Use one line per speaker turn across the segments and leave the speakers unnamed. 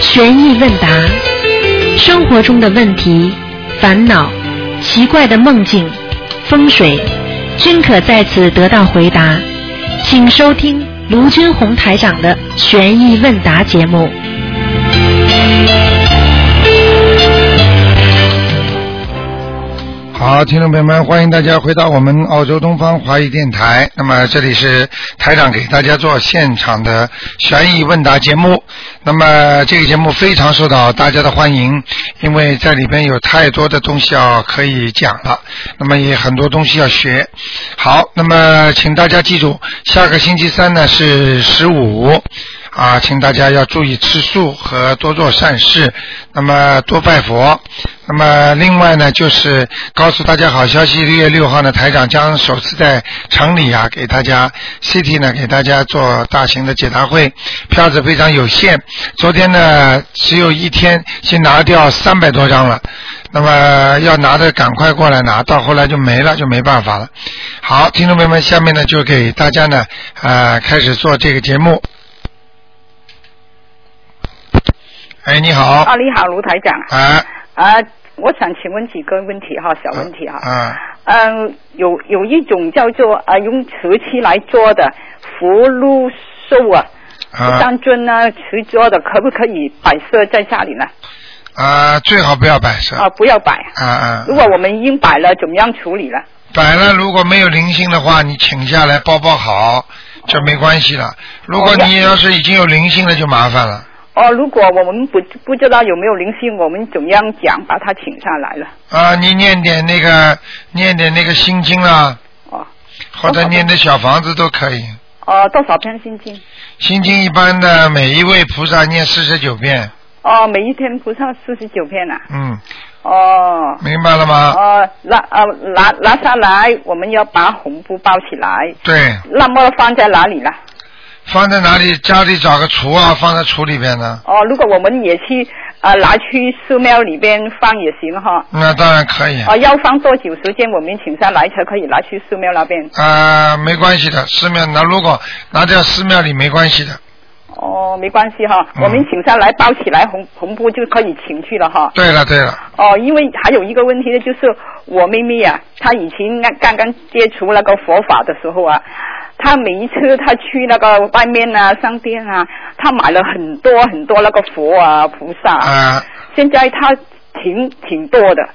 悬疑问答，生活中的问题、烦恼、奇怪的梦境、风水，均可在此得到回答。请收听卢军红台长的悬疑问答节目。
好，听众朋友们，欢迎大家回到我们澳洲东方华语电台。那么这里是台长给大家做现场的悬疑问答节目。那么这个节目非常受到大家的欢迎，因为在里边有太多的东西要可以讲了，那么也很多东西要学。好，那么请大家记住，下个星期三呢是十五。啊，请大家要注意吃素和多做善事，那么多拜佛。那么另外呢，就是告诉大家好消息，六月六号呢，台长将首次在城里啊，给大家 City 呢给大家做大型的解答会，票子非常有限，昨天呢只有一天，先拿掉三百多张了。那么要拿的赶快过来拿，到后来就没了，就没办法了。好，听众朋友们，下面呢就给大家呢啊、呃、开始做这个节目。哎，你好。
啊，你好，卢台长。
啊。
啊，我想请问几个问题哈，小问题哈。
啊。
嗯、有有一种叫做啊，用瓷器来做的福禄寿啊，
啊
三尊啊，瓷做的，可不可以摆设在家里呢？
啊！最好不要摆设。
啊，不要摆。
啊啊！
如果我们已经摆了，怎么样处理呢？
摆了，如果没有灵性的话，你请下来包包好，就没关系了。如果你要是已经有灵性了，就麻烦了。
哦，如果我们不不知道有没有灵性，我们怎么样讲把它请上来了？
啊，你念点那个，念点那个心经啦，
哦
或者念点小房子都可以。
哦，多少篇心经？
心经一般的每一位菩萨念四十九遍，
哦，每一天菩萨四十九啊篇呐、
嗯，
哦。
明白了吗？
哦，拿呃拿拿下来，我们要把红布包起来。
对，
那么放在哪里呢？
放在哪里？家里找个橱啊，放在橱里边呢。
哦，如果我们也去呃拿去寺庙里边放也行哈。
那当然可以。
哦，要放多久时间我们请下来才可以拿去寺庙那边？
啊、没关系的，寺庙拿如果拿掉寺庙里没关系的。
哦，没关系哈，
嗯
我们请下来包起来红红布就可以请去了哈。
对了对了，
哦，因为还有一个问题呢，就是我妹妹啊，她以前刚刚刚接触那个佛法的时候啊，她每一次她去那个外面啊商店啊，她买了很多很多那个佛啊菩萨
啊、
现在她挺挺多的。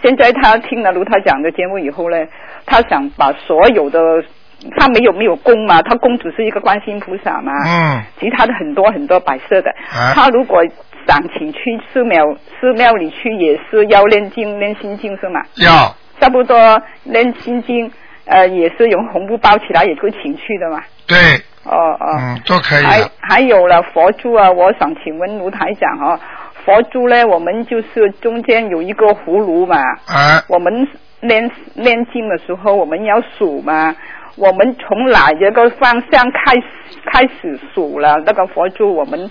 现在她听了卢台长的节目以后呢，她想把所有的，她没有没有供嘛，她供只是一个观世音菩萨嘛，
嗯，
其他的很多很多摆设的。
啊
他如果想请去寺庙，寺庙里去也是要念经、念心经是吗？
要
差不多念心经，呃，也是用红布包起来，也会请去的嘛。
对，
哦哦。
嗯，都可以
还
的。
还有了佛珠啊，我想请问卢台长哦，佛珠呢，我们就是中间有一个葫芦嘛，
啊
我们念念经的时候，我们要数嘛，我们从哪一个方向开始开始数了？那个佛珠，我们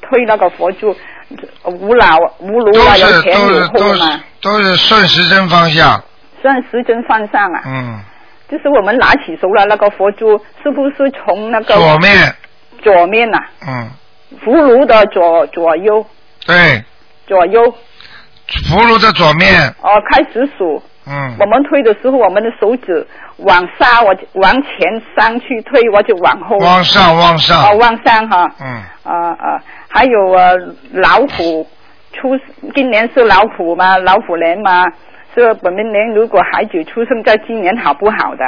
推那个佛珠，无脑无
都
炉啊，有
是
前
都
有
是
后
都是
嘛，
都是顺时针方向，
算时针方向啊。
嗯，
就是我们拿起手了那个佛珠，是不是从那个
左面，
左面呐、啊，
嗯，
葫芦的左左右
对，
左右
葫芦的左面，
哦、开始数？
嗯
我，们推的时候，我们的手指往下，我就往前上去推，我就往后。
往上往
哦，
上，
望山哈，
嗯，
啊啊，还有呃老虎，出今年是老虎嘛，老虎年嘛，是本命年，如果孩子出生在今年好不好的？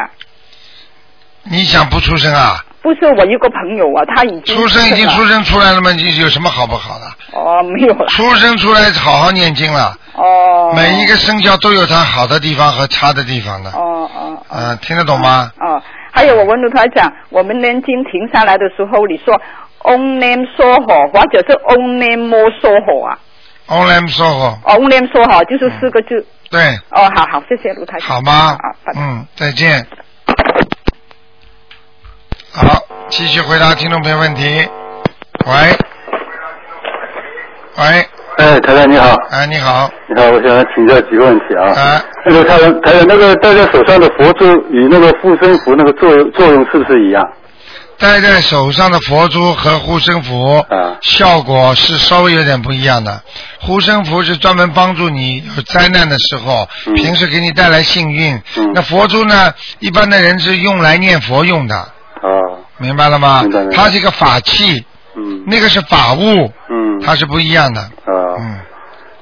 你想不出声啊？
不是我一个朋友啊，他已经
出生已经出
了
生出来了吗？你有什么好不好的？
哦，没有了
出生出来好好念经了，
哦，
每一个生肖都有它好的地方和差的地方的，
哦哦哦
嗯，听得懂吗？
哦，还有我问卢台长，我们念经停下来的时候，你说 Om Nam s o h 或者是 Om Nam Mo s o h 啊哦
Om s o h o
，Om Nam s o h 就是四个字。
对，
哦，好好，谢谢卢台长。
好吗
好，拜？拜。
嗯，再见。好，继续回答听众朋友问题。喂，喂，
哎，台长你好，
哎，你好，
你好，我想请教几个问题啊。
啊
那个台长，台长，那个戴在手上的佛珠与那个护身符那个作作用是不是一样？
戴在手上的佛珠和护身符
啊
效果是稍微有点不一样的。护身符是专门帮助你有灾难的时候，
嗯
平时给你带来幸运。
嗯
那佛珠呢，一般的人是用来念佛用的，
哦，
明白了吗
明白明？白
它是一个法器，
嗯
那个是法物，
嗯，
它是不一样的。
啊，
嗯，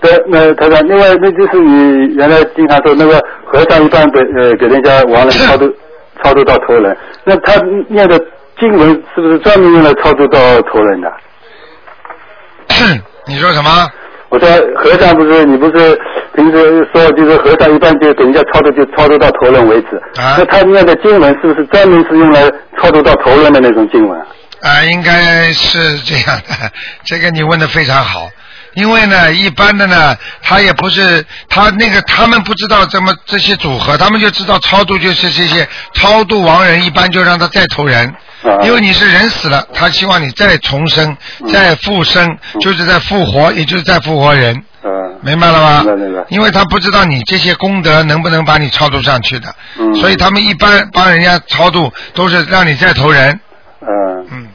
对，那台长，另外那就是你原来经常说那个和尚一般给呃给人家亡人超 度超度到头人，那他念的经文是不是专门用来超度到头人的？
你说什么？
我说和尚不是你不是平时说就是和尚一般就给人家超度就超度到头人为止，
啊
那他念的经文是不是专门是用来超度到头人的那种经文啊？
啊、应该是这样的， 这个你问的非常好。因为呢，一般的呢，他也不是他那个，他们不知道怎么这些组合，他们就知道超度就是这些超度亡人，一般就让他再投人，
啊
因为你是人死了，他希望你再重生、
嗯
再复生，就是在复活，也就是在复活人。
嗯
明白了吗？
明白明白
因为他不知道你这些功德能不能把你超度上去的，
嗯
所以他们一般帮人家超度都是让你再投人。
嗯。
嗯，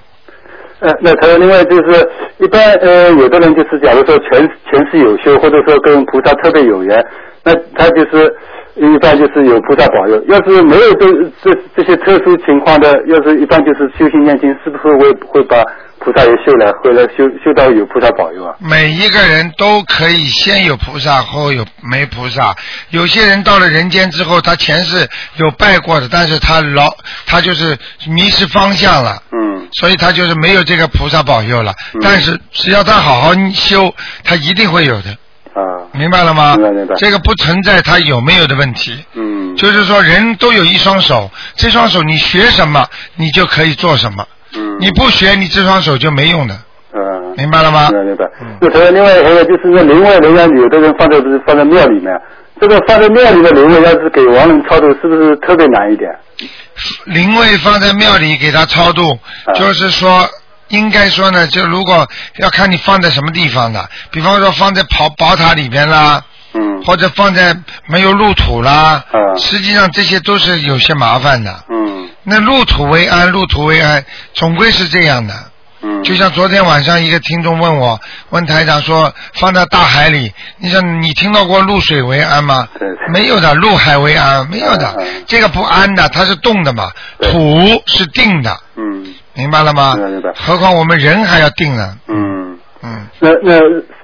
呃，那还有另外就是，一般呃，有的人就是，假如说前前世有修，或者说跟菩萨特别有缘，那他就是一般就是有菩萨保佑。要是没有这这这些特殊情况的，要是一般就是修行念经，是不是会会把菩萨也修来，回来修修到有菩萨保佑啊？
每一个人都可以先有菩萨，后有没菩萨。有些人到了人间之后，他前世有拜过的，但是他老他就是迷失方向了。
嗯
所以他就是没有这个菩萨保佑了，
嗯
但是只要他好好修，他一定会有的，
啊
明白了吗？
明白明白
这个不存在他有没有的问题。
嗯
就是说，人都有一双手，这双手你学什么，你就可以做什么；
嗯
你不学，你这双手就没用的，
嗯。
明白了吗？
明白明白
嗯。
那还有另外还有就是那灵位，人家有的人放在不是放在庙里面，这个放在庙里的灵位，要是给亡人超度，是不是特别难一点？
灵位放在庙里给他超度，
啊
就是说。应该说呢，就如果要看你放在什么地方的，比方说放在宝宝塔里边啦，
嗯
或者放在没有入土啦，
啊
实际上这些都是有些麻烦的。
嗯
那入土为安，入土为安，总归是这样的。
嗯，
就像昨天晚上一个听众问我，问台长说放在大海里，你想你听到过入水为安吗
对对？
没有的，入海为安没有的
嗯嗯，
这个不安的，它是动的嘛，
对
土是定的，
嗯
明白了吗
明白明白？
何况我们人还要定呢，
嗯，
嗯，
那那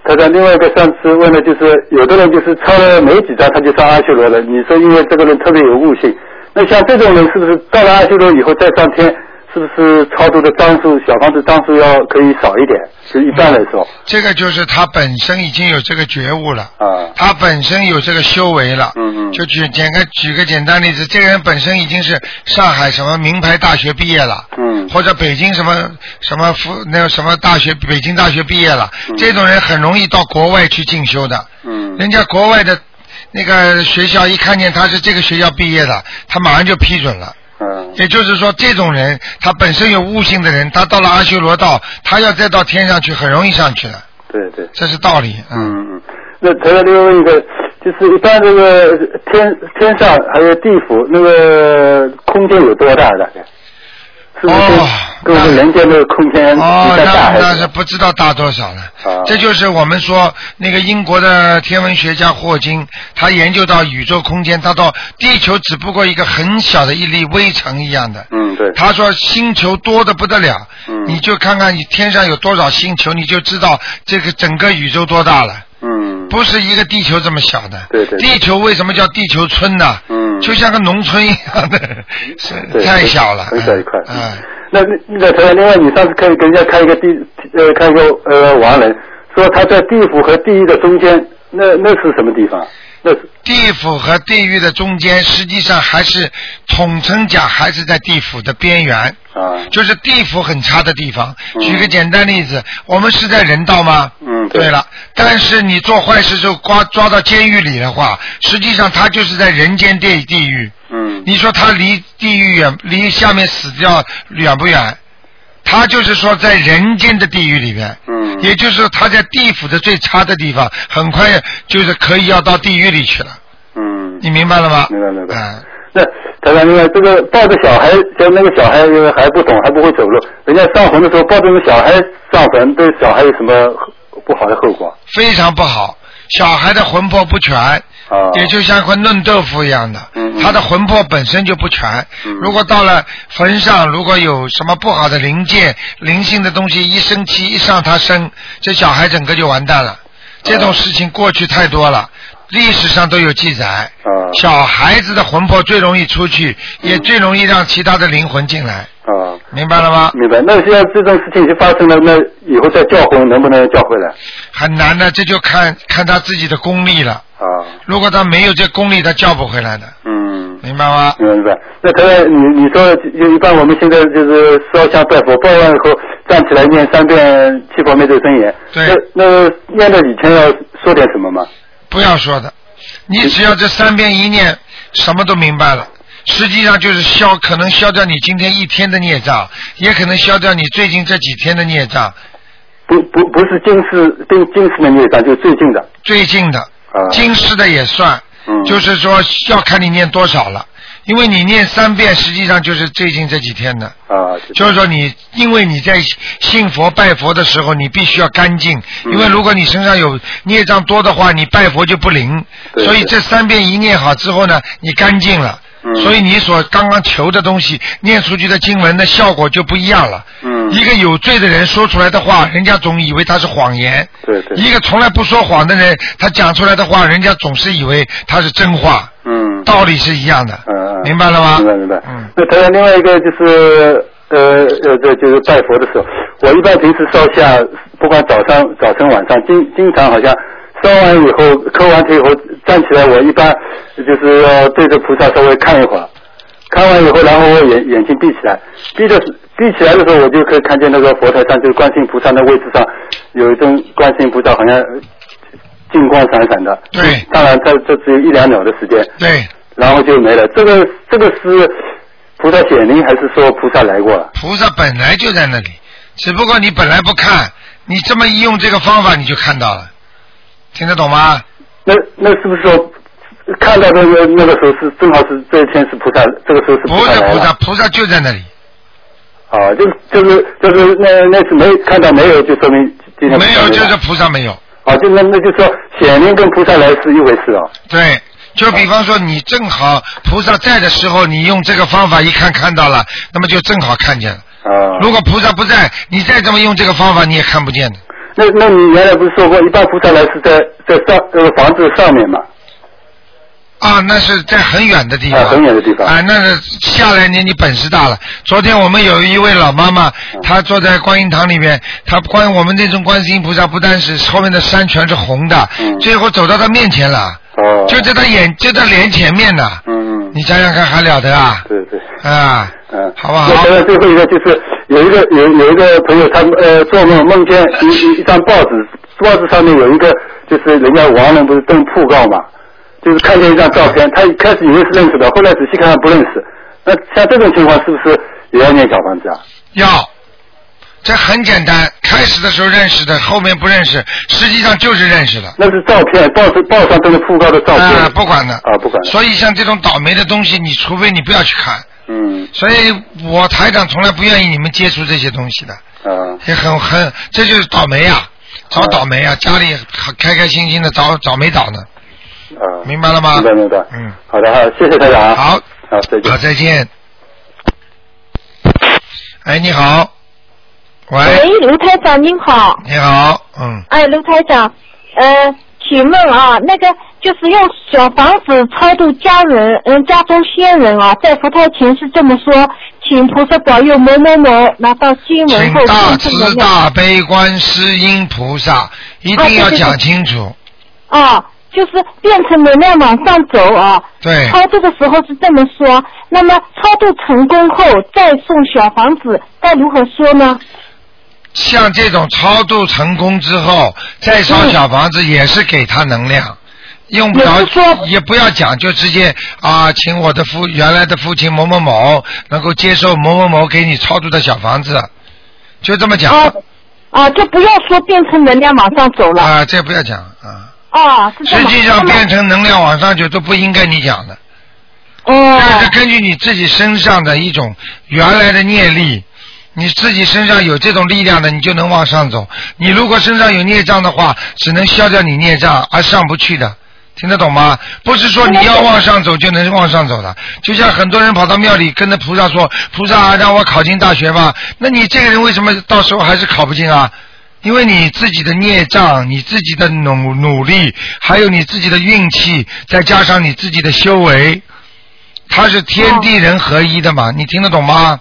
他在另外一个上次问的就是，有的人就是抄了没几张他就上阿修罗了，你说因为这个人特别有悟性，那像这种人是不是到了阿修罗以后再上天？是不是超度的张数小房子张数要可以少一点？是一般来说
这个就是他本身已经有这个觉悟了。
啊，
他本身有这个修为了，
嗯嗯
就举简个举个简单例子，这个人本身已经是上海什么名牌大学毕业了，
嗯
或者北京什么什么福那个什么大学，北京大学毕业了，
嗯
这种人很容易到国外去进修的。
嗯
人家国外的那个学校一看见他是这个学校毕业的，他马上就批准了。
嗯
也就是说，这种人他本身有悟性的人，他到了阿修罗道，他要再到天上去，很容易上去的，
对对。
这是道理。嗯，
嗯，嗯，那还有另外一个，就是一般这个天天上还有地府那个空间有多大？大概是不是
哦
跟跟我们人间的空间比
哦，
较大
那
还
那
是
是？不知道大多少了。
啊
这就是我们说那个英国的天文学家霍金，他研究到宇宙空间，他到地球只不过一个很小的一粒微尘一样的。
嗯，对，
他说星球多的不得了，
嗯
你就看看你天上有多少星球，你就知道这个整个宇宙多大了，
嗯，
不是一个地球这么小的。
对对对
地球为什么叫地球村呢？
嗯
就像个农村一样 的，是
对
太小了。
很小一块。
嗯。
那那那台长，另外你上次可以给人家看一个地呃看一个呃亡人，说他在地府和地狱的中间，那那是什么地方？那是
地府和地狱的中间，实际上还是统称讲，还是在地府的边缘，
啊，
就是地府很差的地方。
嗯
举个简单例子，我们是在人道吗？
嗯对
对了，但是你做坏事就抓抓到监狱里的话，实际上他就是在人间地地狱。
嗯
你说他离地狱远，离下面死掉远不远？他就是说在人间的地狱里面，
嗯
也就是说他在地府的最差的地方，很快就是可以要到地狱里去了。
嗯
你明白了吗？
明白明白
嗯
那台长，另外这个抱着小孩，就那个小孩因为还不懂，还不会走路，人家上坟的时候抱着那小孩上坟，对小孩有什么不好的后果？
非常不好。小孩的魂魄不全，
啊，
也就像块嫩豆腐一样的
嗯，嗯
他的魂魄本身就不全
嗯。
如果到了坟上，如果有什么不好的灵界、灵性的东西一生气一上他身，这小孩整个就完蛋了。这种事情过去太多了，历史上都有记载。
啊嗯
小孩子的魂魄最容易出去，也最容易让其他的灵魂进来，
啊，
明白了吗？
明白。那现在这种事情已经发生了，那以后再叫魂能不能叫回来？
很难的，这就看看他自己的功力了。
啊，
如果他没有这功力，他叫不回来的，
嗯。
明白吗？
明白明白。那他你你说就一般我们现在就是烧香拜佛，拜完以后站起来念三遍七佛灭罪真言。
对
那那念的以前要说点什么吗？
不要说的，你只要这三遍一念，什么都明白了。实际上就是消，可能消掉你今天一天的孽障，也可能消掉你最近这几天的孽障。
不不不是今世今今世的孽障，就最近的
最近的、
啊。
今世的也算，
嗯
就是说要看你念多少了。因为你念三遍，实际上就是最近这几天的。
啊，
就是说你，因为你在信佛拜佛的时候，你必须要干净，
嗯
因为如果你身上有孽障多的话，你拜佛就不灵。
对
所以这三遍一念好之后呢，你干净了。
嗯
所以你所刚刚求的东西，念出去的经文的效果就不一样了。
嗯
一个有罪的人说出来的话，人家总以为他是谎言；
对对
一个从来不说谎的人，他讲出来的话，人家总是以为他是真话。
嗯。
道理是一样的，
嗯嗯
明白了吗？
明白明白。
嗯，
那还有另外一个就是呃呃，这就是拜佛的时候，我一般平时烧香，不管早上、早晨、晚上，经经常好像烧完以后磕完头以后站起来，我一般就是要对着菩萨稍微看一会儿。看完以后，然后我眼眼睛闭起来，闭着闭起来的时候，我就可以看见那个佛台上，就是观世音菩萨那位置上，有一尊观世音菩萨，好像金光闪闪的。
对
当然，它这只有一两秒的时间。
对。
然后就没了。这个这个是菩萨显灵，还是说菩萨来过了？
菩萨本来就在那里，只不过你本来不看，你这么一用这个方法，你就看到了，听得懂吗？
那那是不是说看到那个那个时候是正好是这一天是菩萨，这个时候是菩
不
萨
是
来
菩萨，
了？
菩萨就在那里，
啊，就是就是就是那那次没看到没有，就说明今天菩萨
没有
来
就
了
是菩萨没有。
啊，就那那就说显灵跟菩萨来是一回事啊。
对，就比方说你正好菩萨在的时候，你用这个方法一看看到了，那么就正好看见了。
啊，
如果菩萨不在，你再这么用这个方法，你也看不见的。
那那你原来不是说过，一般菩萨来是在在上那个房子上面嘛？
啊，那是在很远的地方，
啊很远的地方
啊，那是下来年你本事大了。昨天我们有一位老妈妈，
嗯
她坐在观音堂里面，她观我们这种观世音菩萨，不但是后面的山全是红的，
嗯
最后走到她面前了，
哦，
就在她眼就在脸前面呢。
嗯，嗯
你想想看，还了得啊？
对对。
啊，
嗯，
好不好
那现在最后一个就是有一个有有一个朋友他呃做梦梦见一一一张报纸，报纸上面有一个就是人家亡人不是登讣告嘛，就是看见一张照片，他一开始以为是认识的，后来仔细看看不认识。那像这种情况是不是也要念小房子啊？
要，这很简单，开始的时候认识的，后面不认识，实际上就是认识的。
那是照片，报纸报上登的讣告的照片。
啊，不管的。
啊，不管的。
所以像这种倒霉的东西，你除非你不要去看。
嗯
所以我台长从来不愿意你们接触这些东西的，
啊
也很很，这就是倒霉啊，找倒霉啊，家里开开心心的找找没找呢，
啊，
明白了吗？
明白明白。
嗯，
好的，好，谢谢大家啊。
好，
好，再见
好，。再见。哎，你好，喂，
喂，卢台长您好，
你好，嗯，
哎，卢台长，呃，请问啊，那个就是用小房子超度家人，嗯，家中先人啊，在佛台前是这么说，请菩萨保佑某某某拿到经文
请
后
大
真正的
慈
量
大悲观世音菩萨一定要讲清楚，
啊，就是变成能量往上走啊。
对，
超度的时候是这么说，那么超度成功后再送小房子，该如何说呢？
像这种超度成功之后，再烧小房子也是给他能量，用不
嗯也
着
是说
也不要讲，就直接啊，请我的父原来的父亲某某某能够接受某某某给你超度的小房子，就这么讲
啊啊，就不要说变成能量往上走了。
啊，这不要讲啊。
啊，是这
实
么。
际上
那么
变成能量往上去都不应该你讲的，
哦
这是根据你自己身上的一种原来的业力，你自己身上有这种力量的，你就能往上走。你如果身上有孽障的话，只能消掉你孽障而上不去的。听得懂吗？不是说你要往上走就能往上走的，就像很多人跑到庙里跟着菩萨说：“菩萨、啊、让我考进大学吧。”那你这个人为什么到时候还是考不进啊？因为你自己的孽障、你自己的努努力，还有你自己的运气，再加上你自己的修为，它是天地人合一的嘛，你听得懂吗？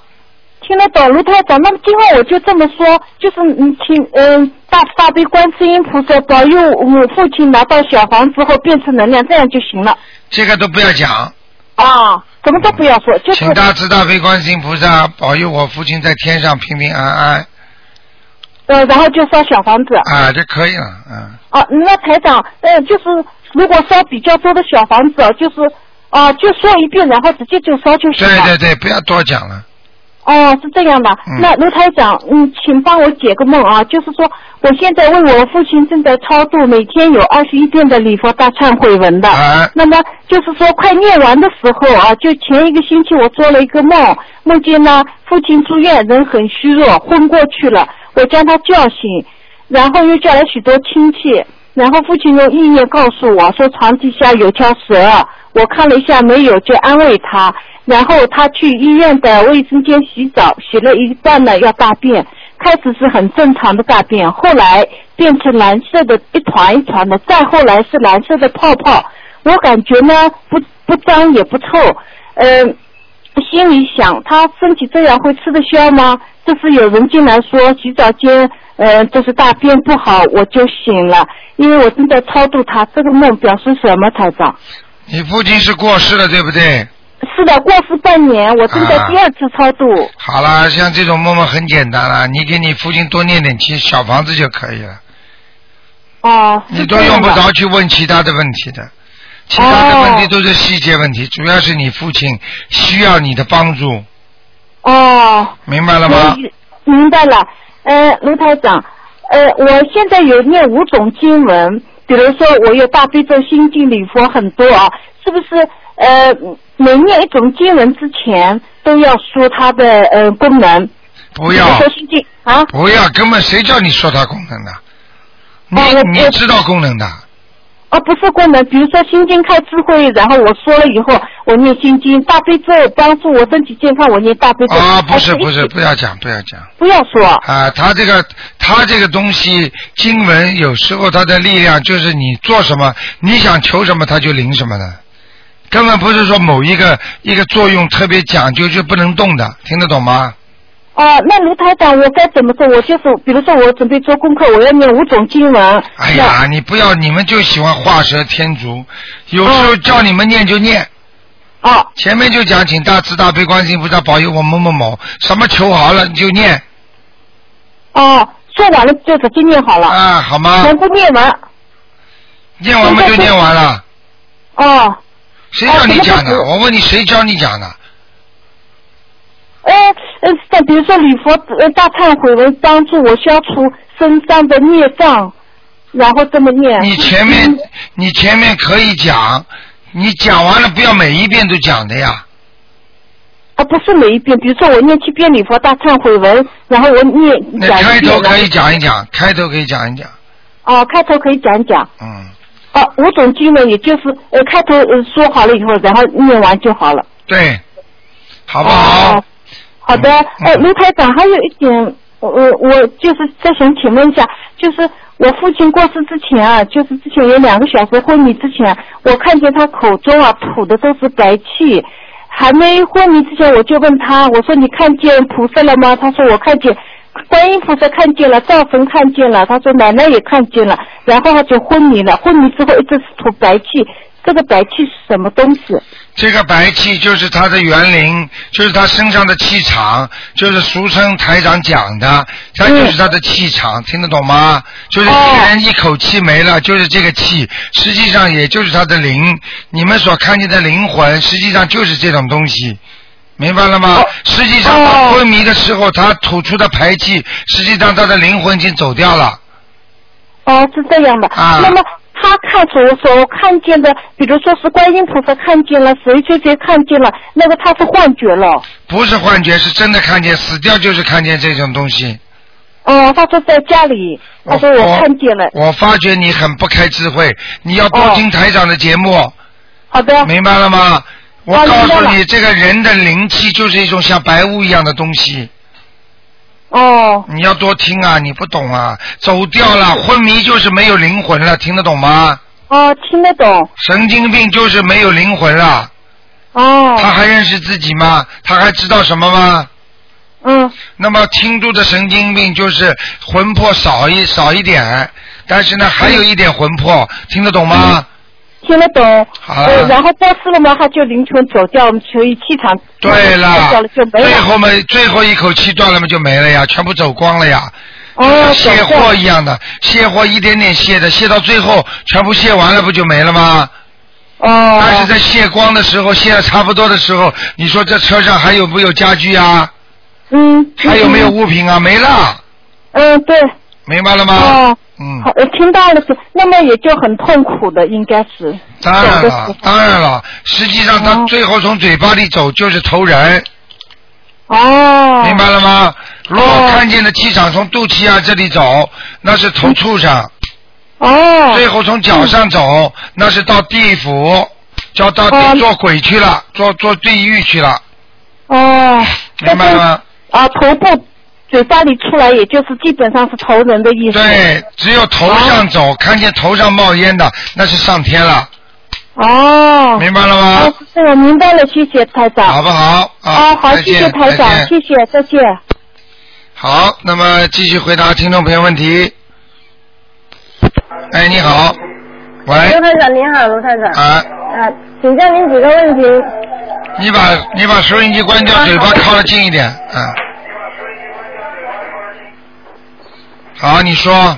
听得懂，卢台长。那么今后我就这么说，就是嗯，请嗯大慈大悲观世音菩萨保佑我父亲拿到小房子后变成能量，这样就行了。
这个都不要讲，
啊，什么都不要说，就是
请大慈大悲观世音菩萨保佑我父亲在天上平平安安
呃，然后就烧小房子。
啊，就可以了，嗯，
啊，那台长，呃，就是如果烧比较多的小房子，就是啊、就说一遍，然后直接就烧就行
对
了。
对对，不要多讲了。
哦，是这样的。
嗯
那卢台长，嗯，请帮我解个梦啊，就是说我现在为我父亲正在超度，每天有二十一遍的礼佛大忏悔文的。
啊
那么就是说快念完的时候啊，就前一个星期我做了一个梦，梦见呢父亲住院，人很虚弱，昏过去了，我将他叫醒，然后又叫来许多亲戚，然后父亲用意念告诉我说床底下有条蛇，我看了一下没有，就安慰他。然后他去医院的卫生间洗澡，洗了一半呢要大便，开始是很正常的大便，后来变成蓝色的一团一团的，再后来是蓝色的泡泡。我感觉呢不不脏也不臭，嗯、心里想，他身体这样会吃得消吗？这是有人进来说洗澡间，呃，就是大便不好，我就醒了，因为我正在超度他。这个梦表示什么，台长？
你父亲是过世了，对不对？
是的，过世半年，我正在第二次超度。
好啦，像这种梦梦很简单啦，你给你父亲多念点其小房子就可以了，
哦、
你
是
都
这
用
样
不
的
着去问其他的问题的，其他的
哦
问题都是细节问题，主要是你父亲需要你的帮助，
哦，
明白了吗？
明明白了，呃，卢台长，呃，我现在有念五种经文，比如说我有大悲咒、心经、礼佛很多啊，是不是？呃，每念一种经文之前都要说它的呃功能，
不
比如
要
说心经啊，
不要，根本谁叫你说它功能的？你
哦我
你知道功能的？
哦，不是功能，比如说心经开智慧，然后我说了以后，我念心经，大悲咒帮助我身体健康，我念大悲咒。
啊，不是
还一
不是，
起
不要讲不要讲
哎不要说。
啊！他这个他这个东西经文有时候它的力量就是你做什么，你想求什么，它就灵什么的，根本不是说某一个一个作用特别讲究就不能动的，听得懂吗？
哦，那卢台长，我该怎么做？我就是，比如说我准备做功课，我要念五种经文。
哎呀，你不要你们就喜欢画蛇添足，有时候叫你们念就念，
那。哦
前面就讲请大慈大悲观世音菩萨保佑我某某某，什么求好了你就念
哦，说完了就直接念好了，
啊，好吗？
全部念完。
念完嘛就念完了。
哦，
谁叫你讲的？
哦什么都不
我问你，谁教你讲的？
哎，呃，像比如说礼佛呃大忏悔文，帮助我消除身上的孽障，然后这么念。
你前
嗯
面你前面可以讲，你讲完了不要每一遍都讲的呀。
啊，不是每一遍，比如说我念七遍礼佛大忏悔文，然后我念
那
讲
开
一
头
遍。
可以讲一讲，开头可以讲一讲，
哦，开头可以讲一讲。
嗯，
哦，五种经文，也就是呃开头呃说好了以后，然后念完就好了。
对，好不好？
哦好的，
嗯
呃，卢台长，还有一点，我我我就是再想请问一下，就是我父亲过世之前啊，就是之前有两个小时昏迷之前，我看见他口中啊吐的都是白气，还没昏迷之前我就问他，我说你看见菩萨了吗？他说我看见。观音菩萨看见了，灶神看见了，他说奶奶也看见了，然后他就昏迷了。昏迷之后一直是吐白气，这个白气是什么东西？
这个白气就是他的园林，就是他身上的气场，就是俗称台长讲的，他就是他的气场，听得懂吗？就是一个人一口气没了，就是这个气，实际上也就是他的灵，你们所看见的灵魂，实际上就是这种东西。明白了吗？实际上，他昏迷的时候，他吐出的排气，实际上他的灵魂已经走掉了。
哦，是这样的。
啊
那么他看所所看见的，比如说是观音菩萨看见了，谁谁谁看见了，那个他是幻觉了。
不是幻觉，是真的看见，死掉就是看见这种东西。
哦、他说在家里，
哦
他说我看见了。
我发觉你很不开智慧，你要多听台长的节目，
好的，
明白了吗？我
哦
告
明白
诉
了
你，这个人的灵气就是一种像白雾一样的东西，
哦，嗯
你要多听啊，你不懂啊，走掉了，昏迷就是没有灵魂了，听得懂吗？
哦，听得懂，
神经病就是没有灵魂了，
哦，
他还认识自己吗？他还知道什么吗？
嗯，
那么轻度的神经病就是魂魄少一少一点，但是呢还有一点魂魄，听得懂
嗯
吗？
听得懂。
好了
呃，然后过世了嘛，他就灵魂走掉，我们所以气场
对
走
了
掉了就，没
最
了。
后嘛最后一口气断了嘛就没了呀，全部走光了呀，
哦，
像卸
走掉
货一样的，卸货一点点卸的，卸到最后全部卸完了不就没了吗？
哦，
但是在卸光的时候，卸的差不多的时候，你说这车上还有没有家具啊？
嗯，
还有没有
嗯？
物品啊？没了，
嗯，对，
明白了吗？
哦，
嗯
好，，呃听到了，那么也就很痛苦的，应该是。
当然
走的时候
了，当然了，实际上他
哦
最后从嘴巴里走就是投人，
哦，
明白了吗？如果
哦
看见的气场从肚脐啊这里走，那是投畜生；
哦，
最后从脚上走，那是到地府，叫到地
哦
做鬼去了，做做地狱去了，
哦，
明白吗？
啊，头部嘴巴里出来，也就是基本上是头人的意思。。
对，只有头上走，看见头上冒烟的，那是上天了，
哦。
明白了吗
哦？，是我明白了，谢谢台长。
好不好？啊，
哦，好，
再
谢谢
见，
台
再
长，
见
谢谢，再见。
好，那么继续回答听众朋友问题。哎，你好，喂
卢，台长您好，卢台长。
啊，
啊，请教您几个问题。
你把你把收音机关掉，嘴巴靠得近一点，嗯。好，你说。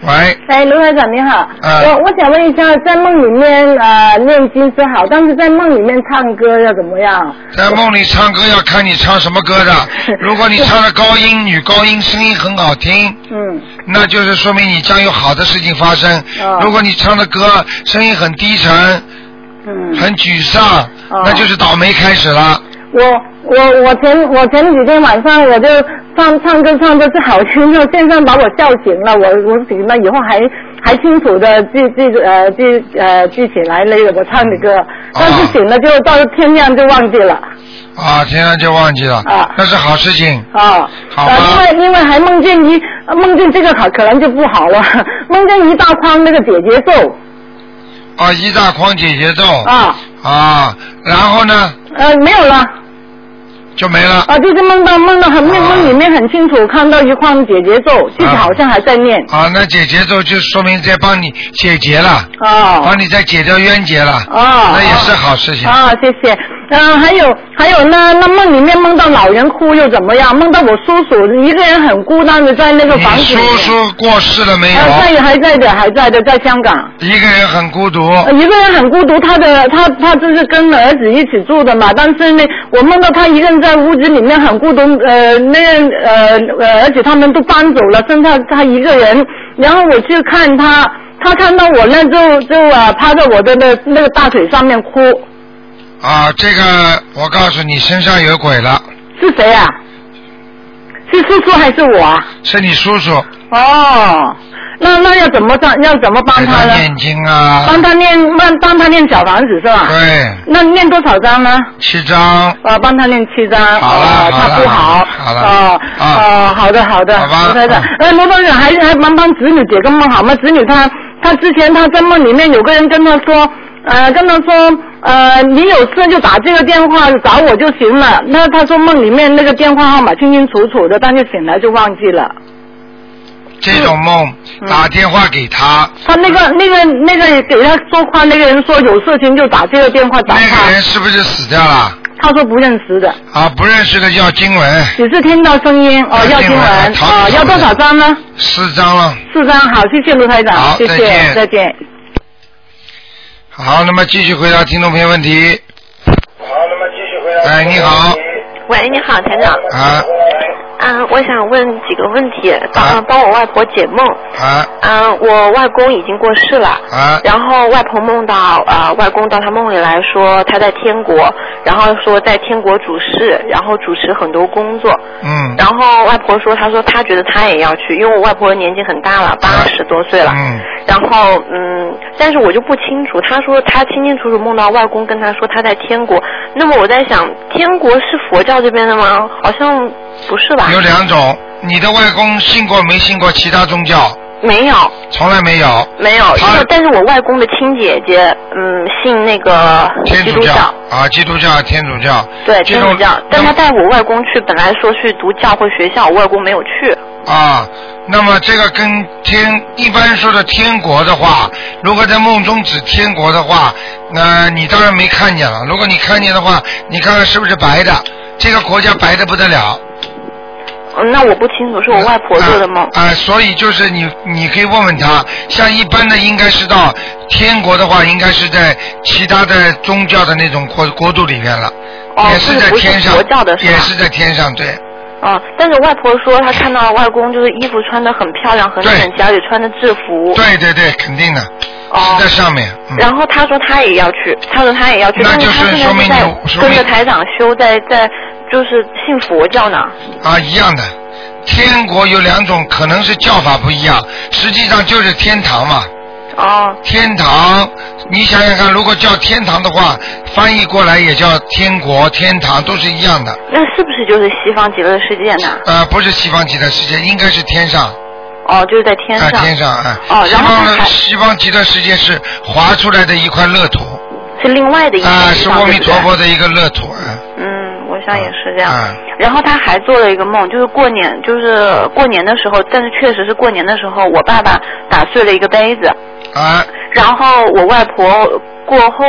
喂，
哎，卢台长您好。
嗯
我我想问一下，在梦里面呃念经是好，但是在梦里面唱歌要怎么样？
在梦里唱歌要看你唱什么歌的。如果你唱的高音、女高音，声音很好听，
嗯，
那就是说明你将有好的事情发生。
哦
如果你唱的歌声音很低沉，
嗯
很沮丧，
哦
那就是倒霉开始了。
我我我前我前几天晚上我就唱唱歌唱的是好听，就线上把我笑醒了。我我醒了以后还还清楚的记记呃记呃记起来了我唱的歌，但是醒了就到天亮就忘记了。
啊，天上就忘记了，
啊
那是好事情。
啊，
好吧
呃，因为因为还梦见一呃梦见这个可可能就不好了， 梦见一大筐那个姐姐兽
啊，一大筐解节奏。
啊，
啊，然后呢
呃没有了
就没了。
啊，就是梦到梦到很梦
啊
梦里面很清楚看到一筐姐姐兽，自己
啊
好像还在念
啊，那解节奏就说明在帮你解结了，
哦
帮你再解掉冤结了，
哦，
那也是好事情。
啊，谢谢。嗯、还有还有呢，那梦里面梦到老人哭又怎么样？梦到我叔叔一个人很孤单的在那个房
你
子里面，
叔叔过世了没有？
啊在还在的还在的，在香港。
一个人很孤独。
呃一个人很孤独，他的他他就是跟儿子一起住的嘛，但是呢，我梦到他一个人在屋子里面很孤独，呃，那个呃呃，而且他们都搬走了，剩下他一个人，然后我去看他，他看到我那就就啊趴在我的那那个大腿上面哭，
啊，这个我告诉你，身上有鬼了，
是谁啊？是叔叔还是我啊？
是你叔叔
哦，那那要怎么办？要怎么帮
给
他呢？
念经啊。
帮他念，帮帮他念小房子是吧？
对，
那念多少章呢？
七张。
呃，帮他念七张，
好了好了
呃他不好，
好了
哦
啊
哦，好的好的，
好吧
卢台长
嗯，
呃，卢台长还还帮帮子女解个梦好吗？子女他他之前他在梦里面有个人跟他说，呃，跟他说，呃，你有事就打这个电话找我就行了。那他说梦里面那个电话号码清清楚楚的，但是醒来就忘记了。
这种梦，
嗯
打电话给他，
他那个那个那个给他说话那个人说有事情就打这个电话找
那个
他，
人是不是死掉了？
他说不认识的，
啊，不认识的要经文，
只是听到声音哦，要
听
听闻
完好
哦，要多少张呢？
四张了。
四张，好，谢谢卢台
好
长，谢
再
谢，
见
再见。
好，那么继续回答听众朋友问题。好，那么继续回答。哎，你好，
喂，你好，台长。
啊，
啊，我想问几个问题，
啊
帮帮我外婆解梦。
啊
啊，我外公已经过世了。
啊
然后外婆梦到啊、呃外公到她梦里来说他在天国，然后说在天国主事，然后主持很多工作。
嗯
然后外婆说，她说她觉得她也要去，因为我外婆年纪很大了，八十多岁了。
嗯
然后嗯，但是我就不清楚，她说她清清楚楚梦到外公跟她说她在天国。那么我在想，天国是佛教这边的吗？好像不是吧？
有两种，你的外公信过没信过其他宗教？
没有，
从来没有。
没有，
他
因为但是我外公的亲姐姐，嗯，信那个
天
基
主
督教，
啊，基督教、天主教，
对
这
天
种
主教，但
那
他带我外公去，本来说去读教会学校，我外公没有去。
啊，那么这个跟天一般说的天国的话，如果在梦中指天国的话，那、你当然没看见了。如果你看见的话，你看看是不是白的？这个国家白的不得了。
嗯，那我不清楚，是我外婆做的梦
啊。、啊所以就是你，你可以问问他，像一般的应该是到天国的话，应该是在其他的宗教的那种国国度里面了，
哦
也是
就是
在
不是
天上，
佛教的是吧
也是在天上，对。
嗯，但是外婆说她看到外公就是衣服穿的很漂亮，很
对
整齐，而且穿的制服。
对对对，肯定的，
哦
是在上面。嗯、
然后她说她也要去，她说她也要去，
那
但
就是
她现
说
在
明
是在
你说
跟
明
着台长修，在在就是信佛教呢。
啊，一样的。天国有两种，可能是叫法不一样，实际上就是天堂嘛。
哦，
天堂，你想想看，如果叫天堂的话，翻译过来也叫天国、天堂，都是一样的。
那是不是就是西方极乐世界呢？
呃，不是西方极乐世界，应该是天上，
哦，就是在天
啊、
上。
天上啊。
哦
西
然后
方
它
的
还
西方极乐世界是划出来的一块乐土，啊、
是另外的一个哦地方
是阿弥陀。
对不
佛
对
的一个乐土啊。
嗯，我想也是这样。
嗯
然后他还做了一个梦，就是过年，就是过年的时候，但是确实是过年的时候，我爸爸打碎了一个杯子，
啊，
然后我外婆过后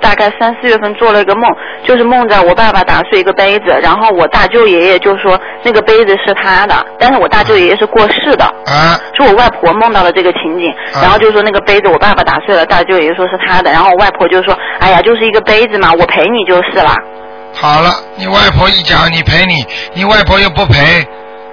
大概三四月份做了一个梦，就是梦着我爸爸打碎一个杯子，然后我大舅爷爷就说那个杯子是他的，但是我大舅爷爷是过世的。
啊
是我外婆梦到了这个情景，
啊
然后就说那个杯子我爸爸打碎了，大舅爷说是他的，然后我外婆就说，哎呀，就是一个杯子嘛，我陪你就是了。
好了，你外婆一讲你赔你，你外婆又不赔，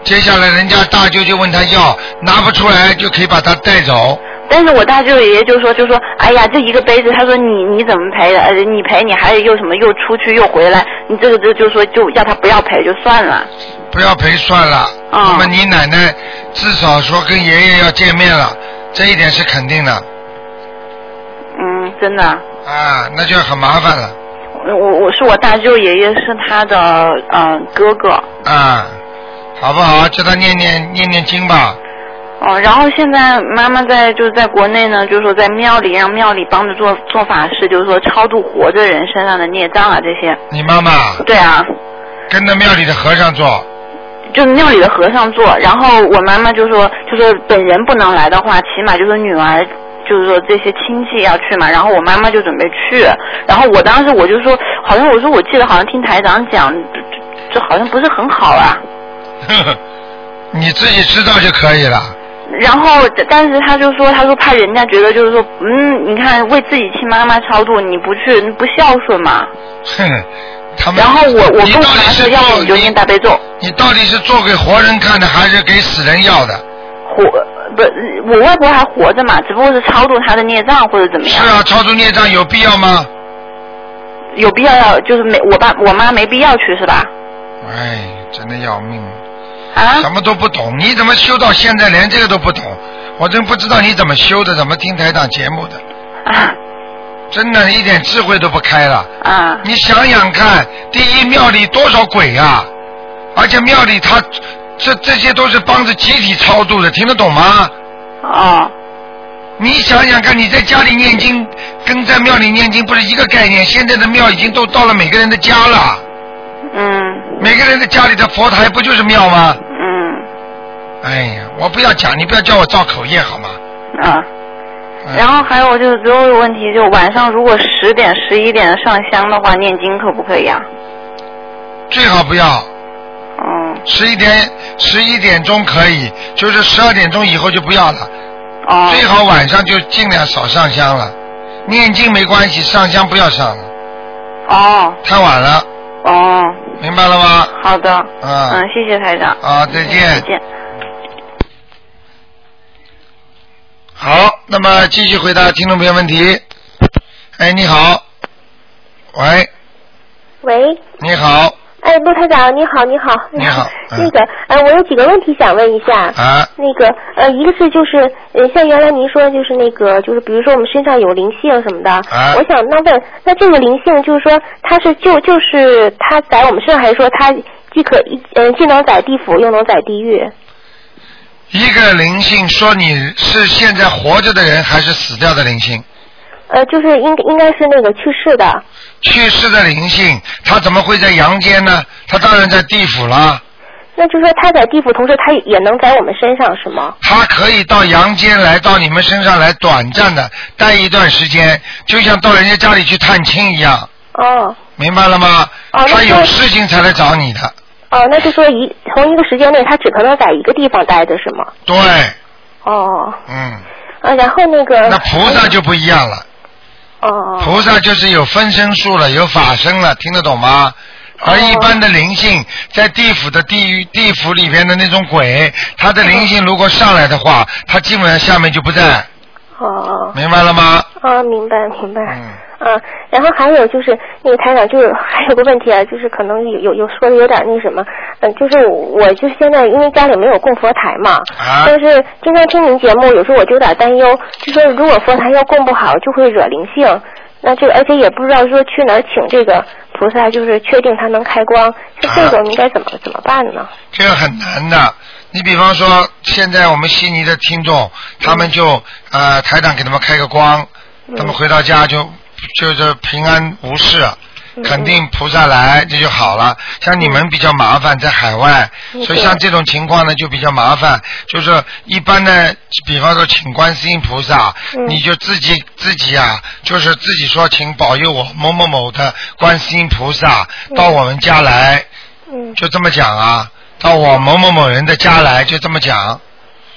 接下来人家大舅就问他要，拿不出来就可以把他带走。
但是我大舅爷爷就说就说，哎呀，这一个杯子，他说你你怎么赔的？呃，你赔你还又什么又出去又回来，你这个这就说就要他不要赔就算了。
不要赔算了。
啊
那么你奶奶至少说跟爷爷要见面了，这一点是肯定的
嗯，真的，
啊，那就很麻烦了
我我是我大舅爷爷是他的呃哥哥，
啊，好不好？叫他念念念念经吧。
哦，然后现在妈妈在就是在国内呢，就是说在庙里让庙里帮着做做法事，就是说超度活着人身上的孽障啊这些。
你妈妈
对啊，
跟着庙里的和尚做，
就是庙里的和尚做，然后我妈妈就说，就说本人不能来的话，起码就是女儿。就是说这些亲戚要去嘛，然后我妈妈就准备去，然后我当时我就说，好像我说我记得好像听台长讲，这这这好像不是很好啊。
呵呵你自己知道就可以了。
然后，但是他就说，他说怕人家觉得就是说，嗯，你看为自己亲妈妈超度，你不去你不孝顺嘛。
哼，他们。
然后我我
你
跟我
到底
妈
是
说，要不
做
你就念大悲咒，
你到底是做给活人看的，还是给死人要的？
活不，我外婆还活着嘛，只不过是超度她的孽障或者怎么样
是，啊，超度孽障有必要吗？
有必要要就是没我爸我妈没必要去是吧？
哎，真的要命，
啊
什，么都不懂，你怎么修到现在连这个都不懂？我真不知道你怎么修的，怎么听台长节目的，
啊
真的一点智慧都不开了。
啊，
你想想看，第一庙里多少鬼啊，而且庙里他这这些都是帮着集体超度的，听得懂吗？
哦，
你想想看，你在家里念经跟在庙里念经不是一个概念。现在的庙已经都到了每个人的家了，
嗯
每个人的家里的佛台不就是庙吗？
嗯
哎呀，我不要讲，你不要叫我造口业好吗？
啊。
嗯
然后还有就是最后一个问题，就晚上如果十点十一点上香的话，念经可不可以啊？
最好不要，
嗯，
十一点十一点钟可以，就是十二点钟以后就不要了。
哦，
最好晚上就尽量少上香了，念经没关系，上香不要上了，
哦
太晚了，
哦，
明白了吗？
好的，
啊
嗯，谢谢台长，
啊，再
再
见。
见。
好，那么继续回答听众朋友问题。哎，你好，喂，
喂，
你好，
哎，陆台长，你好，你好，
你好嗯
那个，呃，我有几个问题想问一下。
啊，
那个，呃，一个是就是，呃，像原来您说的就是那个，就是比如说我们身上有灵性什么的，
啊
我想那问，那这个灵性就是说，它是就就是它在我们身上，还是说它既可一嗯、既能在地府，又能在地狱？
一个灵性说你是现在活着的人还是死掉的灵性？
呃，就是应应该是那个去世的，
去世的灵性，他怎么会在阳间呢？他当然在地府啦，
那就是说它在地府，同时它也能在我们身上，是吗？
他可以到阳间来，到你们身上来短暂的待一段时间，就像到人家家里去探亲一样，
哦
明白了吗？
哦那
他有
就
事情才来找你的，
哦，那就说一同一个时间内，它只可能在一个地方待着，是吗？
对，
哦，
嗯，
呃，然后那个
那菩萨就不一样了。
哦
菩萨就是有分身术了，有法身了，听得懂吗？而一般的灵性，在地府的地狱、地府里边的那种鬼，他的灵性如果上来的话，他基本上下面就不在，
哦
明白了吗？
哦，明白明白。
嗯
啊，然后还有就是那个台长，就是 还有个问题啊，就是可能有有有说的有点那什么，嗯、就是我就是现在因为家里没有供佛台嘛，
啊
但是经常听您节目，有时候我就有点担忧，就说如果佛台要供不好，就会惹灵性，那这个而且也不知道说去哪儿请这个菩萨，就是确定他能开光，就
啊
这种应该怎么、怎么办呢？
这个很难的。你比方说，现在我们悉尼的听众，他们就呃台长给他们开个光，他们回到家就就是平安无事，
嗯
肯定菩萨来这就好了。像你们比较麻烦，在海外，
嗯
所以像这种情况呢就比较麻烦。就是一般的，比方说请观世音菩萨，
嗯
你就自己自己啊，就是自己说请保佑我某某某的观世音菩萨到我们家来。
嗯
就这么讲啊，到我某某某人的家来，就这么讲。
哦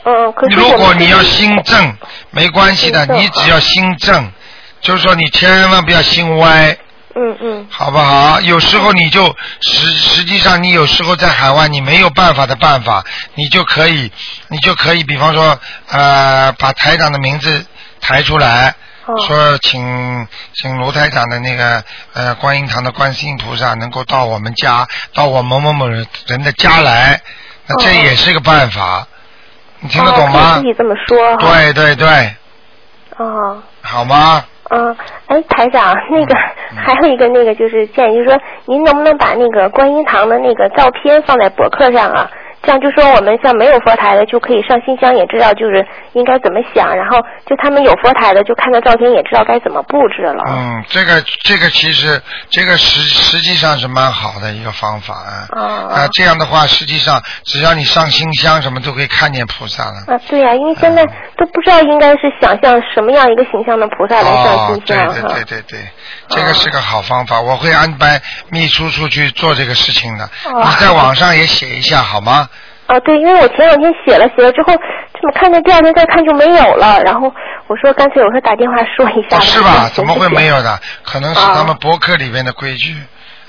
嗯，可是
如
我们
果
自
你
己
要心正，没关系的，
心正
你只要心正，就是说你千万不要心歪，
嗯嗯
好不好？有时候你就实实际上你有时候在海外你没有办法的办法，你就可以，你就可以，比方说呃，把台长的名字抬出来。
哦
说请请卢台长的那个呃观音堂的观世音菩萨能够到我们家，到我某某某人的家来，那这
哦
也是个办法，你听得
哦
懂
可以
吗
自？己这么说哈。
对对对，
哦。
好吗？
嗯，哎，台长，那个
嗯
还有一个那个就是建议，就是说您能不能把那个观音堂的那个照片放在博客上啊？这样就说我们像没有佛台的就可以上新疆，也知道就是应该怎么想，然后就他们有佛台的就看到照片也知道该怎么布置了。
嗯，这个这个其实这个实实际上是蛮好的一个方法啊。
哦
啊，这样的话，实际上只要你上新香什么都可以看见菩萨了。
啊，对呀、因为现
嗯
在都不知道应该是想象什么样一个形象的菩萨来上
哦
新，
对
疆
对
哈。
对对对，这个是个好方法，我会安排秘书处去做这个事情的。
哦
你在网上也写一下好吗？
啊，对，因为我前两天写了写了之后，怎么看见第二天再看就没有了，然后我说干脆我说打电话说一下
哦
吧。
是吧？怎么会没？有的？可能是
哦
他们博客里面的规矩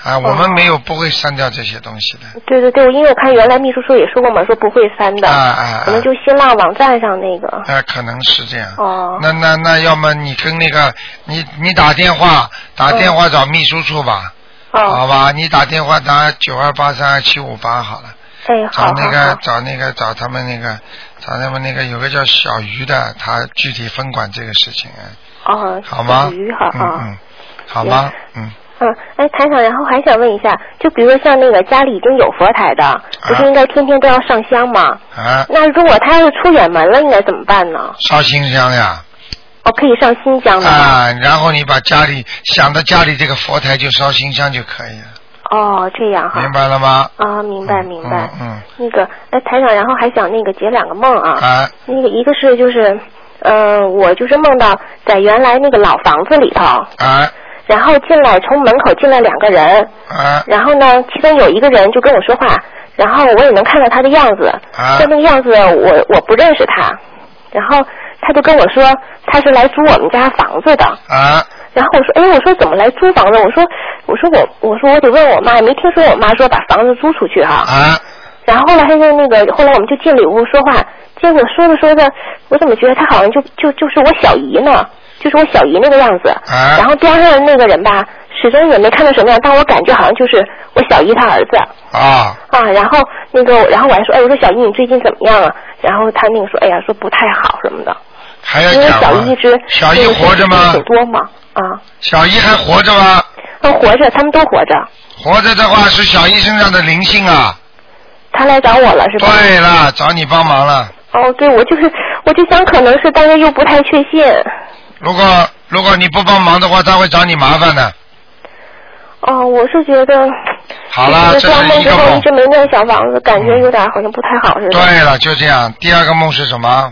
啊，我们没有不会删掉这些东西的。
对对对，因为我看原来秘书处也说过嘛，说不会删的，
啊啊
可能
啊
就新浪网站上那个。
那啊可能是这样。
哦
那那那，要么你跟那个你你打电话打电话找秘书处吧，
哦，
好吧？你打电话打九二八三二七五八好了，
哎，
找
好好
那个
好，
找那个找他们那个找他们那个有个叫小鱼的，他具体分管这个事情，嗯
哦，
好吗
小？鱼好
嗯
啊。
嗯，好吗？嗯，
嗯，哎，台长，然后还想问一下，就比如说像那个家里已经有佛台的，不是应该天天都要上香吗？
啊，
那如果他要是出远门了，应该怎么办呢？
烧新香呀。
哦，可以上新疆的吗？
啊，然后你把家里想到家里这个佛台就烧新香就可以了，
哦，这样哈。
明白了吗？
啊，明白明白。
嗯
那个，哎，台长，然后还想那个解两个梦啊。
嗯啊
那个一个是就是，呃，我就是梦到在原来那个老房子里头，
啊
然后进来从门口进来两个人，
啊
然后呢，其中有一个人就跟我说话，然后我也能看到他的样子，
啊
但那个样子我我不认识他，然后他就跟我说他是来租我们家房子的，
啊！
然然后我说，哎，我说怎么来租房子？我说，我说我，我说我得问我妈，也没听说我妈说把房子租出去哈、
啊，
然后后来他就那个，后来我们就进里屋说话，结果说着说着，我怎么觉得他好像就就就是我小姨呢，就是我小姨那个样子。
啊
然后边上那个人吧，始终也没看到什么样，但我感觉好像就是我小姨她儿子
啊，
啊。然后那个，然后我还说，哎，我说小姨你最近怎么样啊？然后他那个说，哎呀，说不太好什么的，
还要
因为
讲
小
吗
姨一直
小姨活着吗
挺？多嘛啊，
小姨还活着吗？
都哦活着，他们都活着。
活着的话是小姨身上的灵性啊。
他来找我了是吧？
对了，找你帮忙了。
哦，对，我就是，我就想可能是，但是又不太确信。
如果如果你不帮忙的话，他会找你麻烦的。
哦，我是觉得，
好了，
就是
这
做
是
梦
一
之
个
后一
梦嗯
直。没念小房子，感觉有点好像不太好似的。
对了，就这样。第二个梦是什么？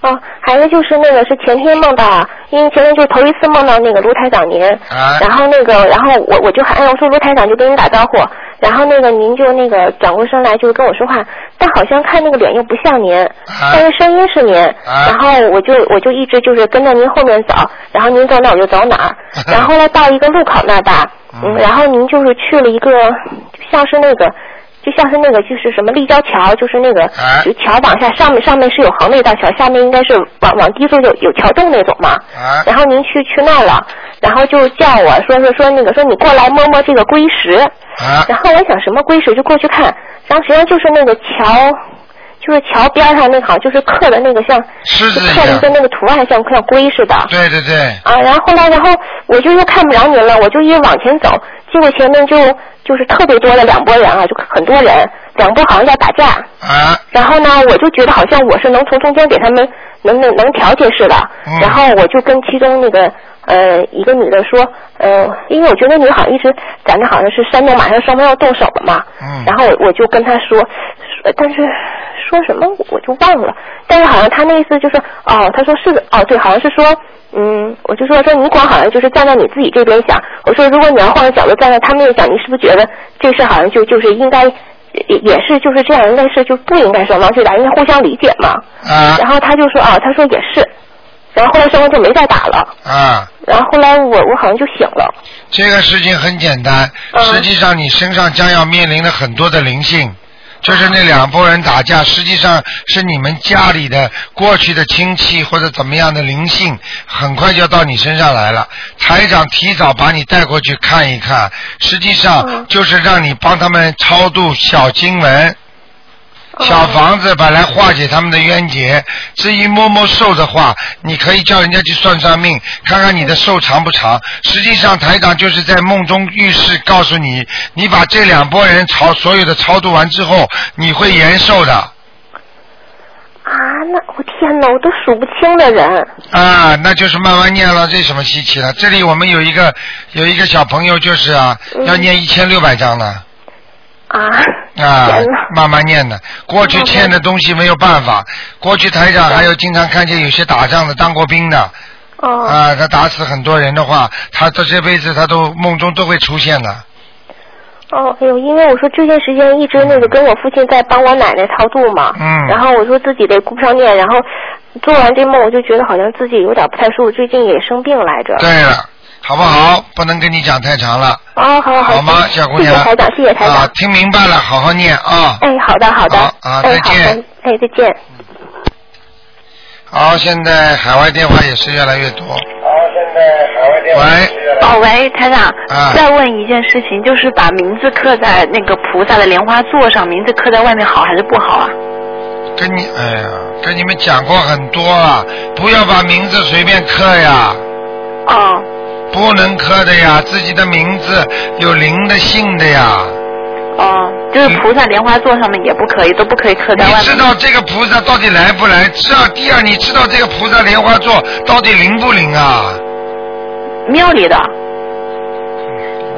哦，还有就是那个是前天梦到啊，因为前天就头一次梦到那个卢台长您，
啊
然后那个，然后我我就喊，哎我说卢台长就跟您打招呼，然后那个您就那个转过身来就跟我说话，但好像看那个脸又不像您，
啊
但是声音是您，
啊，
然后我就我就一直就是跟着您后面走，然后您走哪儿我就走哪儿然后呢到一个路口那儿吧，
嗯
嗯，然后您就是去了一个就像是那个。就像是那个，就是什么立交桥，就是那个
啊
就桥往下，上面上面是有横的一道桥，下面应该是往往低处有有桥洞那种嘛。
啊
然后您去去那儿了，然后就叫我说是说那个说你过来摸摸这个龟石，
啊
然后我想什么龟石就过去看，然后实际上就是那个桥，就是桥边上那个好像就是刻的那个像
狮子
就
一
刻了一个
样。
那个图案像像龟似的。
对对对，
啊，然后后来，然后我就又看不着您了，我就一往前走，结果前面就就是特别多的两拨人啊，就很多人，两拨好像要打架。
啊
然后呢，我就觉得好像我是能从中间给他们能能能调节似的
嗯。
然后我就跟其中那个呃一个女的说，呃，因为我觉得你好像一直咱这好像是山东马上双方要动手了嘛。
嗯
然后我我就跟她说，说但是说什么我就忘了，但是好像她那意思就是哦，她说是的，哦对，好像是说。嗯，我就说说你光好像就是站在你自己这边想，我说如果你要换个角度站在他们那想，你是不是觉得这事好像就就是应该也也是就是这样，应该是就不应该双方去打，应该互相理解嘛。
啊
然后他就说啊，他说也是，然后后来双方就没再打了。
啊！
然后后来我我好像就醒了，
这个事情很简单，
嗯
实际上你身上将要面临了很多的灵性。就是那两拨人打
啊
架，实际上是你们家里的过去的亲戚或者怎么样的灵性，很快就要到你身上来了。台长提早把你带过去看一看，实际上
嗯
就是让你帮他们超度小经文。小房子把来化解他们的冤结。至于摸摸寿的话，你可以叫人家去算算命，看看你的寿长不长。实际上，台长就是在梦中预示告诉你，你把这两拨人超所有的超度完之后，你会延寿的
啊，那我天哪，我都数不清的人，
啊，那就是慢慢念了，这什么稀奇了？这里我们有一个有一个小朋友就是啊，
嗯
要念一千六百章呢。
啊，
啊
天哪，
慢慢念的。过去欠的东西没有办法，过去台长还有经常看见有些打仗的、当过兵的，
哦，
啊，他打死很多人的话，他这这辈子他都梦中都会出现的。
哦，哎呦，因为我说这段时间一直那个跟我父亲在帮我奶奶超度嘛，
嗯
然后我说自己得顾不上念，然后做完这梦我就觉得好像自己有点不太舒服，最近也生病来着。
对了，好不好？不能跟你讲太长了，
哦，好好
好吗，小姑娘？
谢谢台长，谢谢台长。
啊，听明白了，好好念啊。
哎，好的好的，
好啊
哎
再
好
见
的，哎再见。
好，现在海外电话也是越来越多。好，现在海外电话。喂，
哦，喂，台长，
啊
再问一件事情，就是把名字刻在那个菩萨的莲花座上，名字刻在外面好还是不好啊？
跟你哎呀，跟你们讲过很多了，不要把名字随便刻呀。
哦，
不能刻的呀，自己的名字有灵的姓的呀。
哦，就是菩萨莲花座上面也不可以，都不可以刻在
嗯你
外
知
面。
道这个菩萨到底来不来？知道第二，你知道这个菩萨莲花座到底灵不灵啊？
庙里的。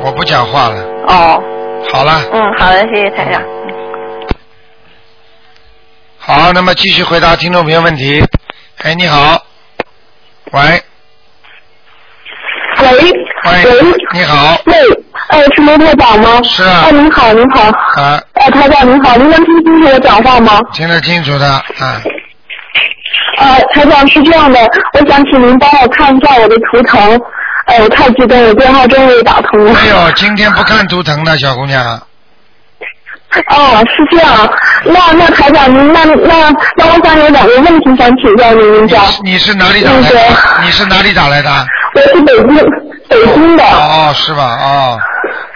我不讲话了，
哦，
好了，
嗯，好的，谢谢台长。
好，那么继续回答听众朋友问题。哎，你好，喂，
喂
喂，哎你好，
喂，
哎
呃，是卢台长吗？
是啊
哎，您好，您好。
啊，
哎
呃，台长您好，您能听清楚我讲话吗？
听得清楚的啊，
啊
呃，台长是这样的，我想请您帮我看一下我的图腾。
哎，我太激动了，电话终于打通了。
哎呦，今天不看图腾的小姑娘，
哦，是这样。那那台长您，那那那我想有两个问题想请教您一下。
你是哪里打来的？你是哪里打来的？
嗯我是北京北京的，
哦，是吧？哦，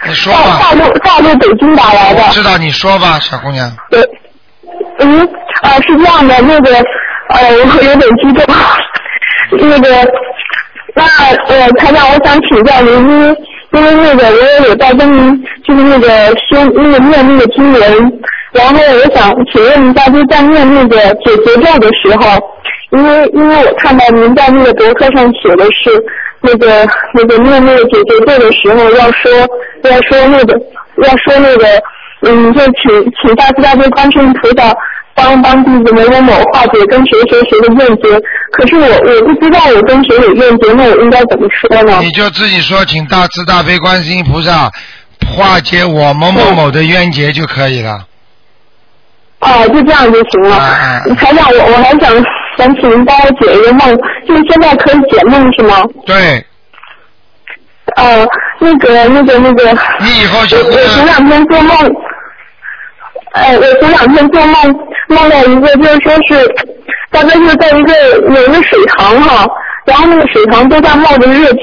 你说
大
吧
大。陆大陆北京打来的。
我知道，你说吧，小姑娘。
对，呃嗯，啊，是这样的，那个，呃，我有点激动，那个，那呃，台长，我想请教您，因为因为那个我也有在跟您，就是那个修那个念那个经文，然后我想请问一下，就在念那个解结咒的时候，因为因为我看到您在那个博客上写的是那个那个念那个解结咒的时候要说要说那个要说那个。嗯，就请请大慈大悲观世音菩萨帮帮弟子某某某化解跟谁谁谁的怨结。可是我我不知道我跟谁有怨结，那我应该怎么说呢？
你就自己说，请大慈大悲观世音菩萨化解我某某某的冤结就可以了。
哦，就这样就行了。
啊啊
台长，我我还想想请您帮我解一个梦，就是现在可以解梦是吗？
对，
呃，那个那个那个，
你以后
我
就
我前两天做梦，哎，我前两天做梦梦到一个，就是说是大概是在一个有一个水塘哈，然后那个水塘都在冒着热气，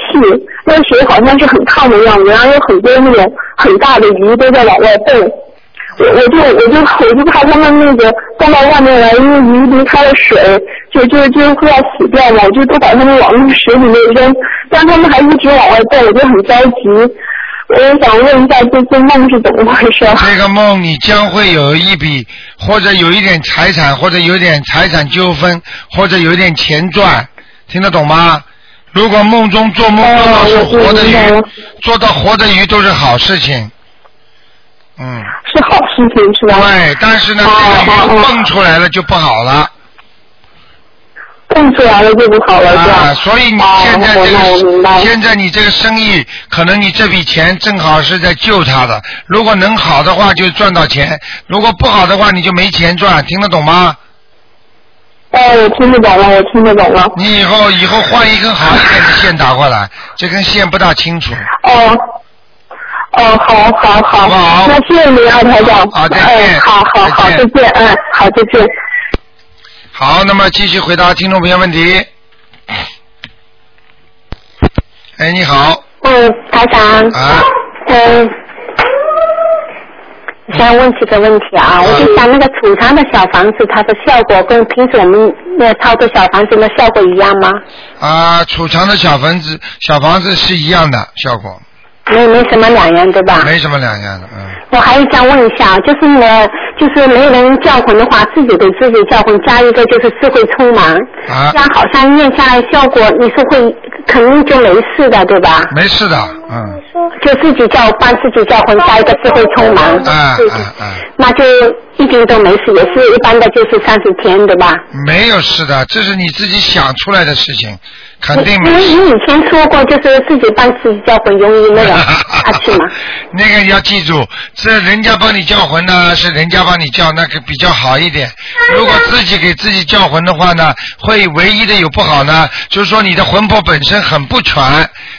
那个水好像是很烫的样子，然后有很多那种很大的鱼都在往外蹦。我我就我就我就怕它们那个蹦到外面来，因为鱼离开了水，就就就快要死掉了，我就都把它们往那个水里面扔，但它们还一直往外蹦，我就很着急。我也想问一下，这这梦 是怎么回事？
这个梦，你将会有一笔或者有一点财产，或者有点财产纠纷，或者有点钱赚，听得懂吗？如果梦中做梦做到是活的鱼
哦我明白了，
做到活的鱼都是好事情。嗯，
是好事情是吧？
对，但是呢，这
哦
个
哦
鱼
哦
蹦出来了就不好了。
蹦出来了就不好了，是吧？
啊，所以你现在这
哦我明
个、
白我明白
现在你这个生意，可能你这笔钱正好是在救他的。如果能好的话，就赚到钱；如果不好的话，你就没钱赚。听得懂吗？
哎，我听得懂了，我听得懂了。
你以后以后换一根好一点的线打过来，这根线不大清楚。
哦，哦，好好
好
好，
不好
那谢谢您啊，台长。
好再见
哎，好好好，
再
再
见
见，嗯，好，再见。
好，那么继续回答听众朋友问题。哎，你好，
嗯，台长
啊
嗯，我想问几个问题啊，我就想那个储藏的小房子，它的效果跟平时我们那操作小房子的效果一样吗？
啊，储藏的小房子小房子是一样的效果，
没没什么两样，对吧？
没什么两样的，嗯，
我还想问一下，就是呢，就是没人叫魂的话，自己给自己叫魂，加一个就是智慧匆忙，
啊
这样好像念下来效果你是会肯定就没事的，对吧？
没事的，嗯。
就自己叫帮自己叫魂加一个智慧匆忙，
啊
对
啊啊！
那就一定都没事，也是一般的就是三十天，对吧？
没有事的，这是你自己想出来的事情，肯定
你
没事。
你以前说过，就是自己帮自己叫魂容易 那个下去嘛。
那个你要记住，这人家帮你叫魂呢，是人家帮你叫，那个比较好一点。
哎
如果自己给自己叫魂的话呢，会唯一的有不好呢，就是说你的魂魄本身很不全。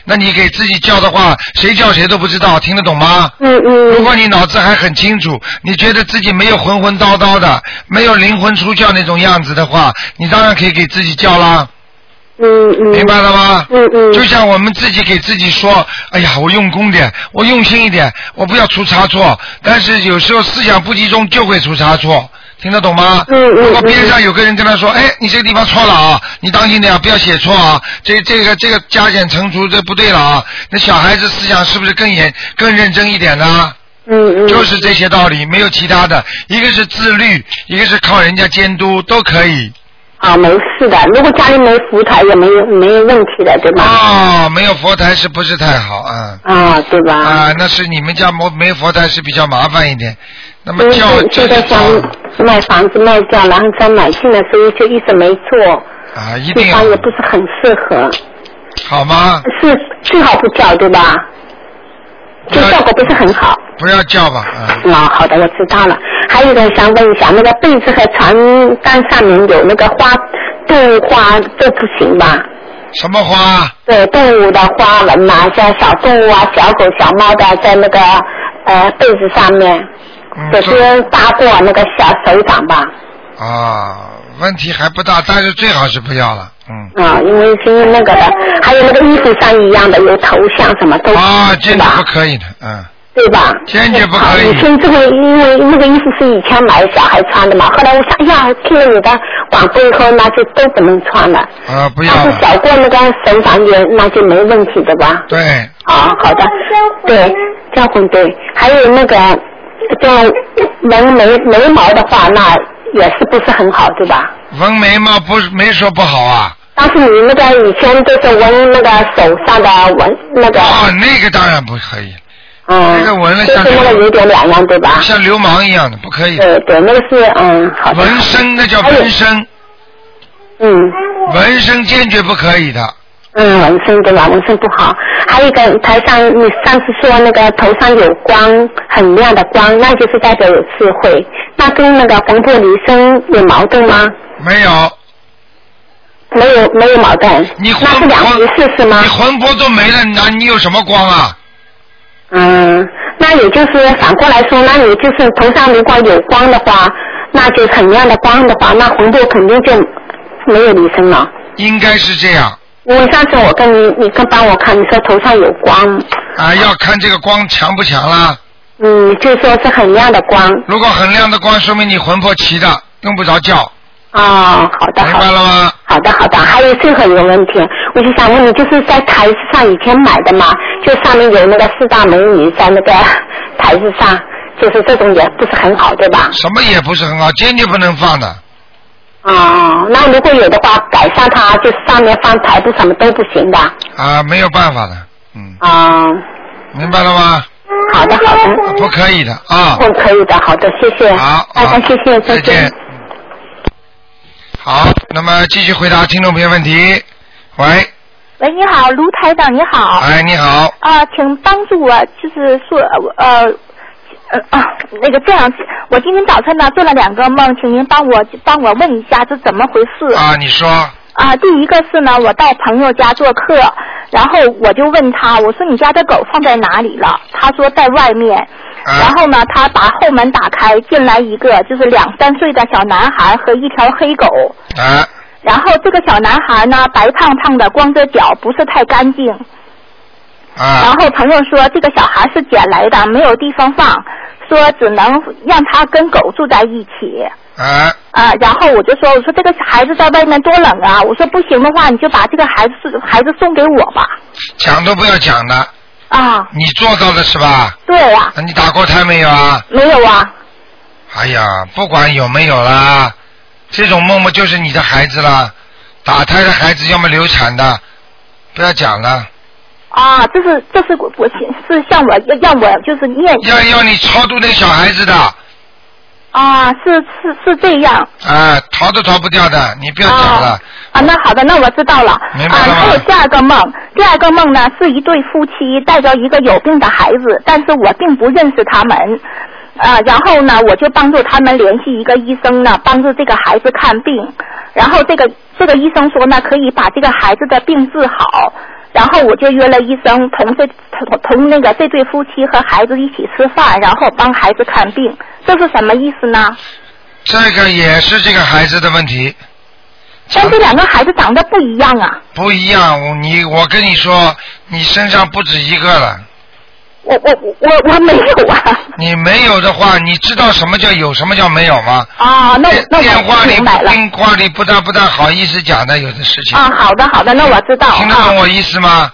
那你给自己叫的话，谁叫谁都不知道，听得懂吗？
嗯
如
嗯
果你脑子还很清楚，你觉得自己没有浑浑叨叨的，没有灵魂出窍那种样子的话，你当然可以给自己叫啦，
嗯嗯，
明白了吗？
嗯嗯
就像我们自己给自己说，哎呀，我用功点，我用心一点，我不要出差错。但是有时候思想不集中就会出差错，听得懂吗？
嗯嗯
如果边上有个人跟他说，哎，你这个地方错了啊，你当心点啊，不要写错啊，这这个这个加减乘除这不对了啊，那小孩子思想是不是更严更认真一点呢？
嗯嗯，
就是这些道理，没有其他的。一个是自律，一个是靠人家监督，都可以。
啊，没事的。如果家里没福台，也没有没有问题的，对吧？
哦，没有佛台是不是太好啊？
啊，对吧？
啊，那是你们家没没佛台是比较麻烦一点。那么
所以
叫就
就就嗯在
是
想
找
卖房子卖掉，然后再买进来，所以就一直没做。
啊，一定
地
要
方也不是很适合，
好吗？
是最好不叫，对吧？就效果不是很好。
不要叫吧，啊，
啊，好的，我知道了。还有一个想问一下，那个被子和床单上面有那个花，动物花，这不行吧？
什么花？
对动物的花纹嘛，像小动物啊、小狗、小猫的，在那个呃被子上面，
嗯
只
这
是搭过那个小手掌吧。
啊，问题还不大，但是最好是不要了，嗯。
啊、因为因为那个的，还有那个衣服上一样的，有头像什么都
啊，
是
坚决不
吧？
可以的，嗯，
对吧？
坚决不可
啊以
以。
前这个因为那个衣服是以前买小孩穿的嘛，后来我想，哎呀，听了你的广播以后，那就都不能穿了。
啊，不要
但是
了。
小过那个手掌眼，那就没问题的吧？
对，
啊，好的，对，交魂对，还有那个像纹眉眉毛的话，那也是不是很好，对吧？
纹眉毛不是没说不好啊。
但是你那个以前都是纹那个手上的纹那个，
哦，那个当然不可以，
嗯，
那个纹了
就
像
是那个有点两样，对吧？
像流氓一样的，不可以的。
对对，那个是嗯，好的，
纹身那叫纹身，
嗯
纹身坚决不可以的。
嗯，纹身对吧？纹身不好。还有一个台上，你上次说那个头上有光，很亮的光，那就是代表有智慧。那跟那个魂魄离身有矛盾吗？
没有，
没有没有矛盾，
你
那
魂
是两回事是吗
你？魂魄都没了，那你有什么光啊？
嗯，那也就是反过来说，那你就是头上如果有光的话，那就很亮的光的话，那魂魄肯定就没有离身了。
应该是这样
因为上次我跟你，你跟帮我看，你说头上有光，
啊，要看这个光强不强啦。
嗯，就说是很亮的光。
如果很亮的光，说明你魂魄齐的，用不着叫，
哦，好的，
明
好
白
的。
了吗？
好的，好的。还有最后一个问题，我就想问你，就是在台子上以前买的嘛，就上面有那个四大美女在那个 台子上，就是这种也不是很好，对吧？
什么也不是很好，坚决不能放的。嗯
哦，那如果有的话，改善它，就是上面放台布什么都不行的。
啊，没有办法的，嗯，
哦，
明白了吗？
好的，好的，
不可以的啊。
我哦可以的，好的，谢谢，
好，
大
好
家谢谢，
再见。好，那么继续回答听众朋友问题。喂，
喂，你好，卢台长，你好。
哎，你好，
啊、请帮助我，就是说，呃，呃，啊，那个这样，我今天早晨呢做了两个梦，请您帮我帮我问一下这怎么回事啊、
啊，你说，
第一个是呢，我到朋友家做客，然后我就问他，我说你家的狗放在哪里了？他说在外面。然
啊，
后呢，他把后门打开，进来一个就是两三岁的小男孩和一条黑狗。
啊，
然后这个小男孩呢，白胖胖的，光着脚，不是太干净。然
啊，
后朋友说这个小孩是捡来的，没有地方放，说只能让他跟狗住在一起。
啊，
啊，然后我就说，我说这个孩子在外面多冷啊，我说不行的话，你就把这个孩子孩子送给我吧。
讲都不要讲的，
啊，
你做到了是吧？
对 啊，
那你打过胎没有啊？
没有啊，
哎呀，不管有没有啦，这种梦梦就是你的孩子啦，打胎的孩子要么流产的，不要讲了，
啊，这是这是我我是向我要让我就是念
要要你超度那小孩子的，
啊，是是是这样。
啊，逃都逃不掉的，你不要讲了。
啊，那好的，那我知道了。
明白了吗
啊，还有第二个梦，第二个梦呢是一对夫妻带着一个有病的孩子，但是我并不认识他们。啊，然后呢，我就帮助他们联系一个医生呢，帮助这个孩子看病。然后这个这个医生说呢，可以把这个孩子的病治好。然后我就约了医生同这同同那个这对夫妻和孩子一起吃饭，然后帮孩子看病，这是什么意思呢？
这个也是这个孩子的问题，
但这两个孩子长得不一样啊。
不一样。我你我跟你说，你身上不止一个了。
我我我我我没有啊。
你没有的话，你知道什么叫有，什么叫没有吗？
啊，那我
电
那
电话
我
里
明白了。
电话里不大不大好意思讲的，有的事情。
啊，好的好的，那我知道
听得懂
啊。
我意思吗？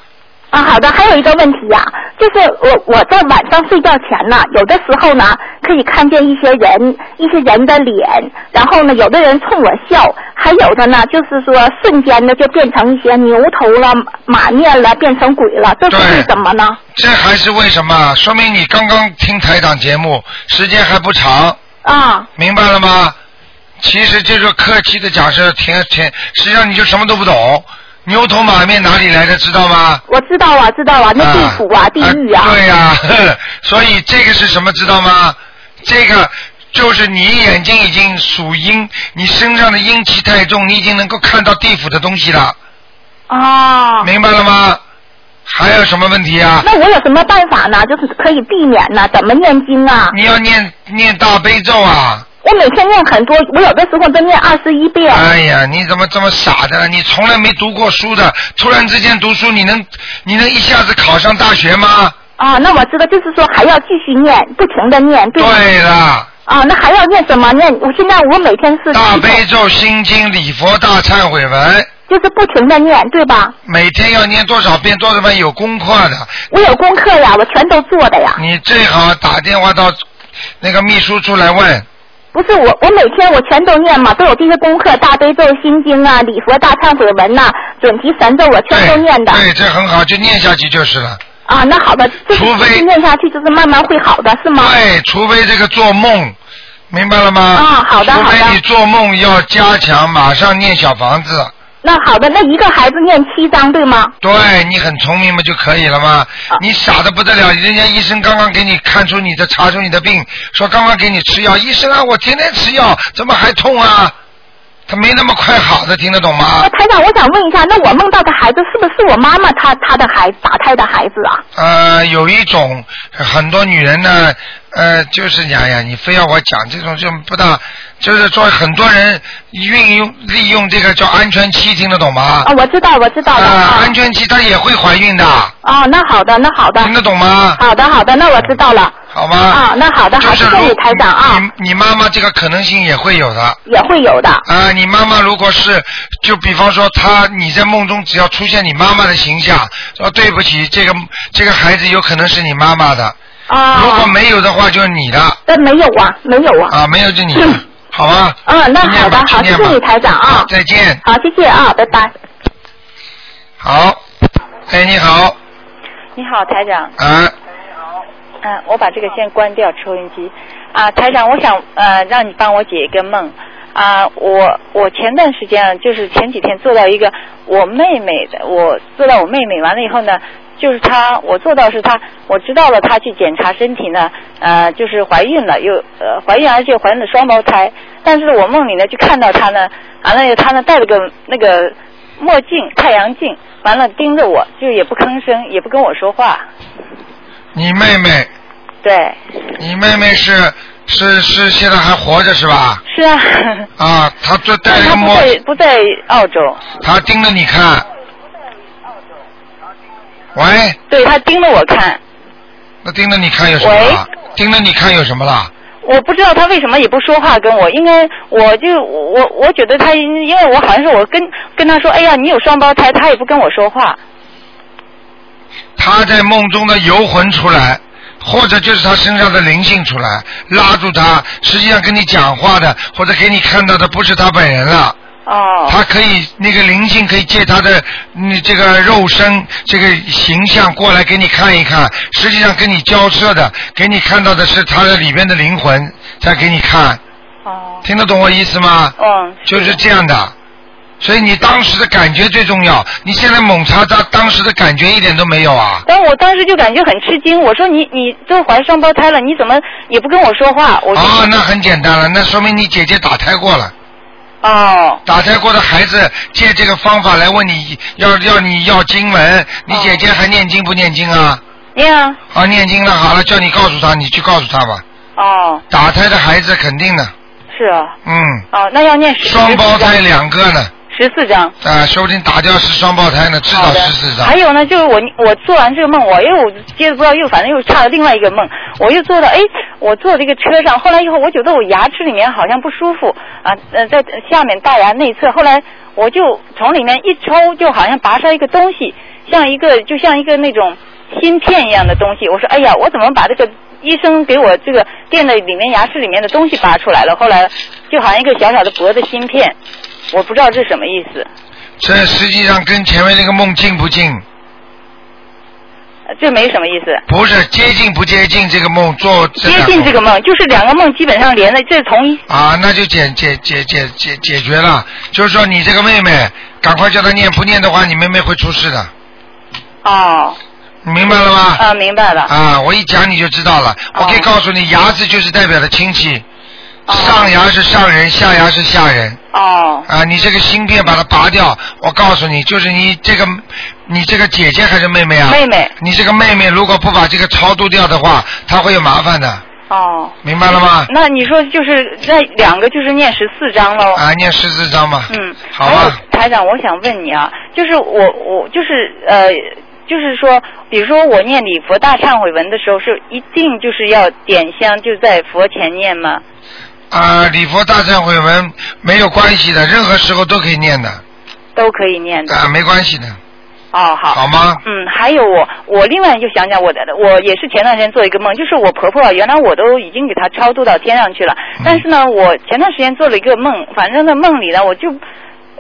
啊，好的，还有一个问题呀、就是我我在晚上睡觉前呢，有的时候呢可以看见一些人，一些人的脸，然后呢，有的人冲我笑，还有的呢就是说瞬间的就变成一些牛头了、马面了，变成鬼了，这
对
是为什么呢？
这还是为什么？说明你刚刚听台长节目，时间还不长。
啊
明白了吗？其实这个客气的讲是挺挺，实际上你就什么都不懂，牛头马面哪里来的知道吗？
我知道啊，知道啊，那地府啊，地狱啊，
对呀、 呵所以这个是什么知道吗？这个就是你眼睛已经属阴，你身上的阴气太重，你已经能够看到地府的东西了。
哦，
明白了吗？还有什么问题啊？
那我有什么办法呢？就是可以避免呢？怎么念经啊？
你要念念大悲咒啊！
我每天念很多，我有的时候都念二十一遍。
哎呀，你怎么这么傻的？你从来没读过书的，突然之间读书，你能你能一下子考上大学吗？
啊，那我知道，就是说还要继续念，不停的念，对吗
对了，
啊，那还要念什么？念我现在我每天是
大悲咒、心经、礼佛大忏悔文，
就是不停的念，对吧？
每天要念多少遍？多少遍有功课的，
我有功课呀，我全都做的呀。
你最好打电话到那个秘书处来问。
不是我，我每天我全都念嘛，都有这些功课，大悲咒、心经啊、礼佛大忏悔文呐、准提神咒，我全都念的。
对，这很好，就念下去就是了。
啊，那好的，就是
除非
一直念下去，就是慢慢会好的，是吗？
对，除非这个做梦，明白了吗？
啊好的
除
好
非
的
你做梦要加强，马上念小房子。
那好的，那一个孩子念七章，对吗？
对你很聪明嘛就可以了嘛，
啊
你傻的不得了，人家医生刚刚给你看出你的查出你的病，说刚刚给你吃药，医生啊我天天吃药，怎么还痛啊？他没那么快好的，听得懂吗
那？台长，我想问一下，那我梦到的孩子是不是我妈妈她她的孩打胎的孩子啊？
呃，有一种很多女人呢，呃，就是哎呀，你非要我讲这种就不大，就是说很多人运用利用这个叫安全期，听得懂吗？
啊，我知道，我知道
啊、
的。啊
安全期她也会怀孕的，
哦，那好的，那好的，
听得懂吗？
好的，好的，那我知道了。
好吗？
啊，那好的，
就
好，
是
谢谢
如
你台长啊，
你你妈妈这个可能性也会有的。
也会有的。
啊，你妈妈如果是，就比方说她，你在梦中只要出现你妈妈的形象，说对不起，这个这个孩子有可能是你妈妈的，
啊，
如果没有的话就是你的，
但没有啊，没有啊。
啊，没有就你的，好吧？
嗯，那好
念
的
吧，
好，
去
谢
念吧
谢你台长啊，
再见，
好，谢谢啊，拜拜。
好，哎，你好，
你好，台长。
啊，
嗯、我把这个先关掉抽音机。啊，台长，我想呃让你帮我解一个梦。啊，我我前段时间啊就是前几天做到一个我妹妹的，我做到我妹妹完了以后呢，就是她，我做到是她，我知道了她去检查身体呢，呃，就是怀孕了，又呃怀孕而且怀孕了双胞胎，但是我梦里呢就看到她呢，完了以后她呢戴了个那个墨镜太阳镜，完了盯着我，就也不吭声，也不跟我说话，
你妹妹，
对。
你妹妹是是是现在还活着是吧？
是啊，
啊，她做戴
但
了
是
个
他不
墨
在不在澳洲，
他盯着你看。喂，
对他盯着我看，
那盯着你看有什么啦？盯着你看有什么啦？
我不知道他为什么也不说话跟我，应该我就我我觉得他，因为我好像是我跟跟他说，哎呀，你有双胞胎，他也不跟我说话，
他在梦中的游魂出来，或者就是他身上的灵性出来，拉住他，实际上跟你讲话的，或者给你看到的不是他本人了。
哦。
他可以那个灵性可以借他的你这个肉身这个形象过来给你看一看，实际上跟你交涉的，给你看到的是他的里面的灵魂在给你看。哦。听得懂我意思吗？
嗯。
就是这样的。所以你当时的感觉最重要，你现在猛查查，当时的感觉一点都没有啊！
但我当时就感觉很吃惊，我说你你都怀双胞胎了，你怎么也不跟我说话？我就
哦，那很简单了，那说明你姐姐打胎过了。
哦
打胎过的孩子借这个方法来问你要要你要经文，你姐姐还念经不念经啊？
哦念啊
啊，念经了，好了，叫你告诉她，你去告诉她吧。
哦
打胎的孩子肯定的，
是啊
嗯，
哦那要念十
双胞胎两个呢，
十四章。
啊，说不定打掉是双胞胎呢，至少十四张
还。有呢，就是我我做完这个梦，我又接着不知道又反正又差了另外一个梦，我又做到哎，我坐这个车上，后来以后我觉得我牙齿里面好像不舒服啊，呃，在下面大牙内侧，后来我就从里面一抽，就好像拔出来一个东西，像一个就像一个那种芯片一样的东西，我说哎呀，我怎么把这个。医生给我这个垫的里面牙齿里面的东西拔出来了，后来就好像一个小小的脖子芯片，我不知道这是什么意思。
这实际上跟前面那个梦近不近？
呃这没什么意思。
不是接近不接近这个梦做这
接
两
近这个梦，就是两个梦基本上连的，这是同一
啊，那就解解解解解解决了。就是说你这个妹妹，赶快叫她念，不念的话，你妹妹会出事的，
哦。
你明白了吗？
啊，哦明白了。
啊，我一讲你就知道了。我可以告诉你，牙齿就是代表的亲戚，上牙是上人，下牙是下人。
哦。
啊，你这个芯片把它拔掉，我告诉你，就是你这个，你这个姐姐还是妹妹啊？
妹妹。
你这个妹妹如果不把这个超度掉的话，她会有麻烦的，
哦，
明白了吗？
那你说就是那两个就是念十四章喽？
啊，念十四章吧。
嗯，
好
还有
吧。
台长，我想问你啊，就是我我就是呃，就是说，比如说我念礼佛大忏悔文的时候，是一定就是要点香，就在佛前念吗？
啊，礼佛大忏悔文没有关系的，任何时候都可以念的，
都可以念的。
啊，没关系的。
哦，好。
好吗？
嗯，还有我，我另外就想讲我的，我也是前段时间做一个梦，就是我婆啊婆原来我都已经给她超度到天上去了，但是呢，我前段时间做了一个梦，反正在梦里呢，我就，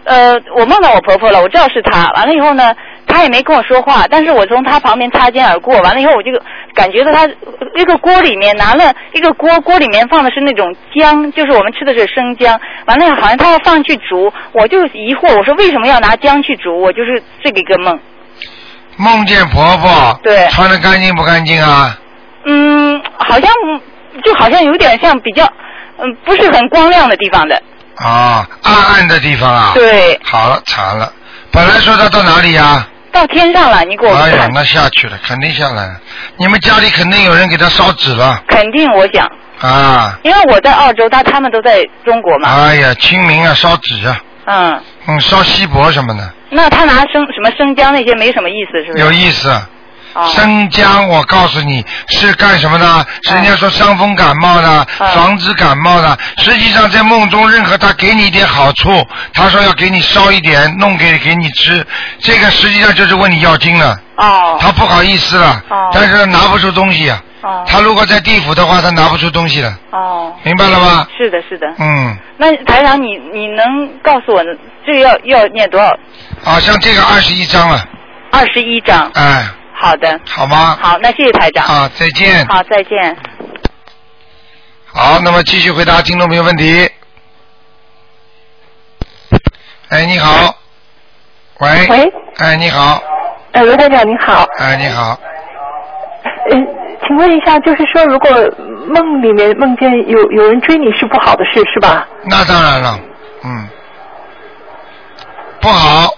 呃，我梦到我婆婆了，我知道是她，完了以后呢，她也没跟我说话，但是我从她旁边擦肩而过，完了以后我就感觉到她那个锅里面拿了一个锅，锅里面放的是那种姜，就是我们吃的是生姜，完了好像她要放去煮，我就疑惑，我说为什么要拿姜去煮？我就是这个一个梦。
梦见婆婆，
对
穿的干净不干净啊？
嗯，好像就好像有点像比较，嗯，不是很光亮的地方的。
啊，暗暗的地方啊。
对。
好了，惨了，本来说她到哪里呀、
到天上了，你给我
哎呀
看，，
那下去了，肯定下来了。你们家里肯定有人给她烧纸了
肯定我想，
啊！
因为我在澳洲，他他们都在中国嘛。
哎呀，清明啊，烧纸啊，
嗯，
嗯，烧锡箔什么的，
那他拿生什么生姜那些没什么意思，是不是？
有意思。
哦
生姜，我告诉你是干什么的？是人家
嗯
说伤风感冒的，防止感冒的。实际上在梦中，任何他给你一点好处，他说要给你烧一点，弄给给你吃，这个实际上就是问你要经了。
哦。
他不好意思了，但是他拿不出东西啊。
哦。
他如果在地府的话，他拿不出东西了。
哦。
明白了吗
是的，是的。
嗯，
那台长你，你能告诉我这个要要念多少？
好像这个二十一章了，
二十一章。
哎，
好的。
好吗？
好，那谢谢台长。
啊再见
好，再见。
好，那么继续回答听众朋友问题。哎，你好。喂。
喂。
哎，你好。
呃，罗台长你好，
哎，你好。
呃，请问一下，就是说，如果梦里面梦见有有人追你是不好的事，是吧？
那当然了，嗯。不好，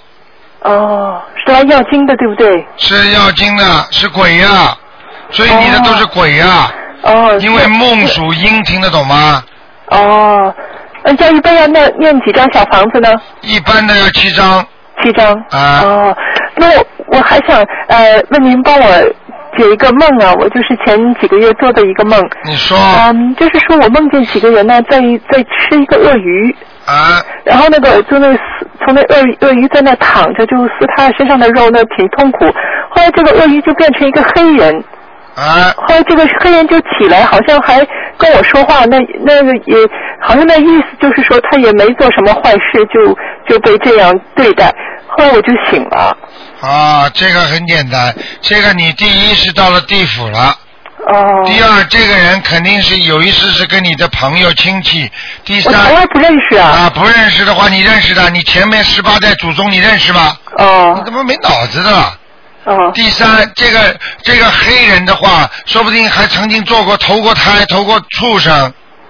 哦，是来要经的，对不对？
是要经的，是鬼呀、追你的都是鬼呀、
哦。
因为梦属阴，听得懂吗？
哦，嗯，这样一般要念念几张小房子呢？
一般的要七张。
七张。
啊
哦，那我我还想呃问您帮我解一个梦啊，我就是前几个月做的一个梦。
你说。
嗯，就是说我梦见几个人呢，在在吃一个鳄鱼。
啊。
然后那个就那撕从那鳄鱼鳄鱼在那躺着，就撕它身上的肉，那挺痛苦。后来这个鳄鱼就变成一个黑人。
啊。
后来这个黑人就起来，好像还跟我说话，那那个也好像那意思就是说他也没做什么坏事，就就被这样对待。后来我就醒了。
啊，这个很简单，这个你第一是到了地府了。
哦。
第二，这个人肯定是有一次是跟你的朋友亲戚。第三。
我从来不认识啊。
啊，不认识的话，你认识的，你前面十八代祖宗你认识吗？
哦。
你怎么没脑子的了？
哦。
第三，这个这个黑人的话，说不定还曾经做过投过胎、投过畜生。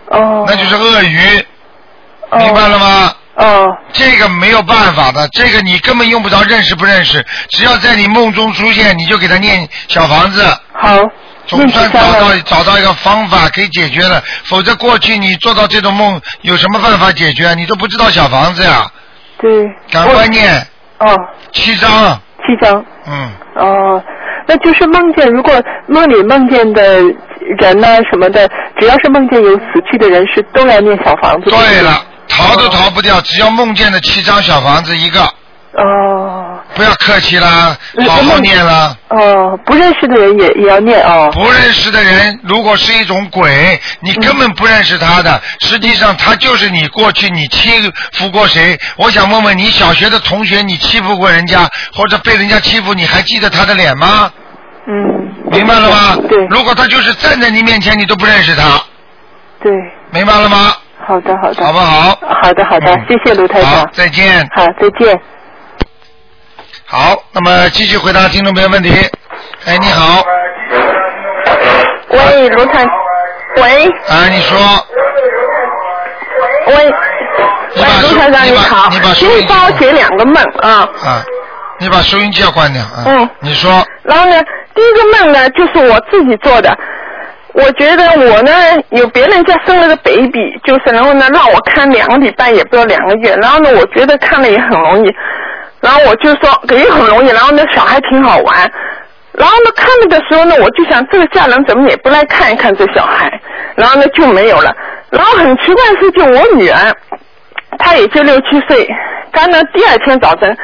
哦。
那就是鳄鱼。明白了吗？
哦。
这个没有办法的，这个你根本用不着认识不认识，只要在你梦中出现，你就给他念小房子。
好。
总算找到找到一个方法可以解决了，否则过去你做到这种梦有什么办法解决啊？你都不知道小房子呀、
对。
赶快念。
哦。
七张。
七张。
嗯。
哦，那就是梦见，如果梦里梦见的人呢、什么的，只要是梦见有死去的人，是都要念小房子。
对了，逃都逃不掉，只要梦见的七张小房子一个。
哦。
不要客气啦，好好念啦。
哦，不认识的人也也要念哦。
不认识的人，如果是一种鬼，你根本不认识他的，实际上他就是你过去你欺负过谁。我想问问你，小学的同学，你欺负过人家，或者被人家欺负，你还记得他的脸吗？
嗯。
明白了吗？
对。
如果他就是站在你面前，你都不认识他，
对。
明白了吗？
好的，好的。
好不好？嗯
好的，好的，谢谢卢台长。
再见。
好，再见。
好，那么继续回答听众朋友问题。哎，你好，
喂，卢台，喂。
啊，你说。
喂，喂，卢台长你好，请你帮我解两个梦啊。
啊，你把收音机要关掉啊。
嗯。
你说，
然后呢，第一个梦呢，就是我自己做的。我觉得我呢，有别人家生了个 baby，就是然后呢，让我看两个礼拜，也不知道两个月。然后呢，我觉得看了也很容易，然后我就说也很容易。然后呢，小孩挺好玩。然后呢，看了的时候呢，我就想这个家人怎么也不来看一看这小孩，然后呢就没有了。然后很奇怪的是，就我女儿，她也就六七岁，刚呢第二天早晨，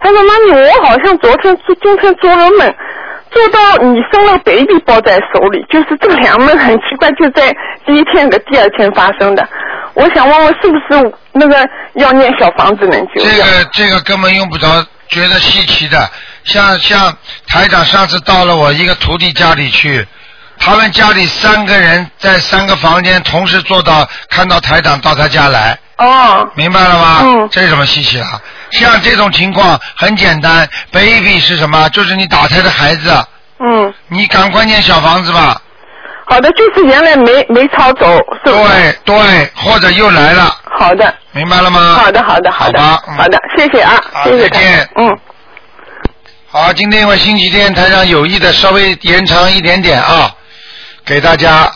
她说妈咪，我好像昨天做今天做了梦，做到你生了 baby 抱在手里，就是这两个梦很奇怪，就在第一天和第二天发生的。我想问问是不是那个要念小房子能救？
这个这个根本用不着觉得稀奇的，像像台长上次到了我一个徒弟家里去，他们家里三个人在三个房间同时坐到看到台长到他家来。
哦。
明白了吗？嗯。这有什么稀奇啊？像这种情况很简单，baby 是什么？就是你打胎的孩子。
嗯。
你赶快念小房子吧。
好的，就是原来没没抄走，是吧？
对对，或者又来了。
好的。
明白了吗？
好的，好的，好的，好的，谢谢啊，
好
谢谢
再
大
见
家，嗯。
好，今天因为星期天，台上有意的稍微延长一点点啊，给大家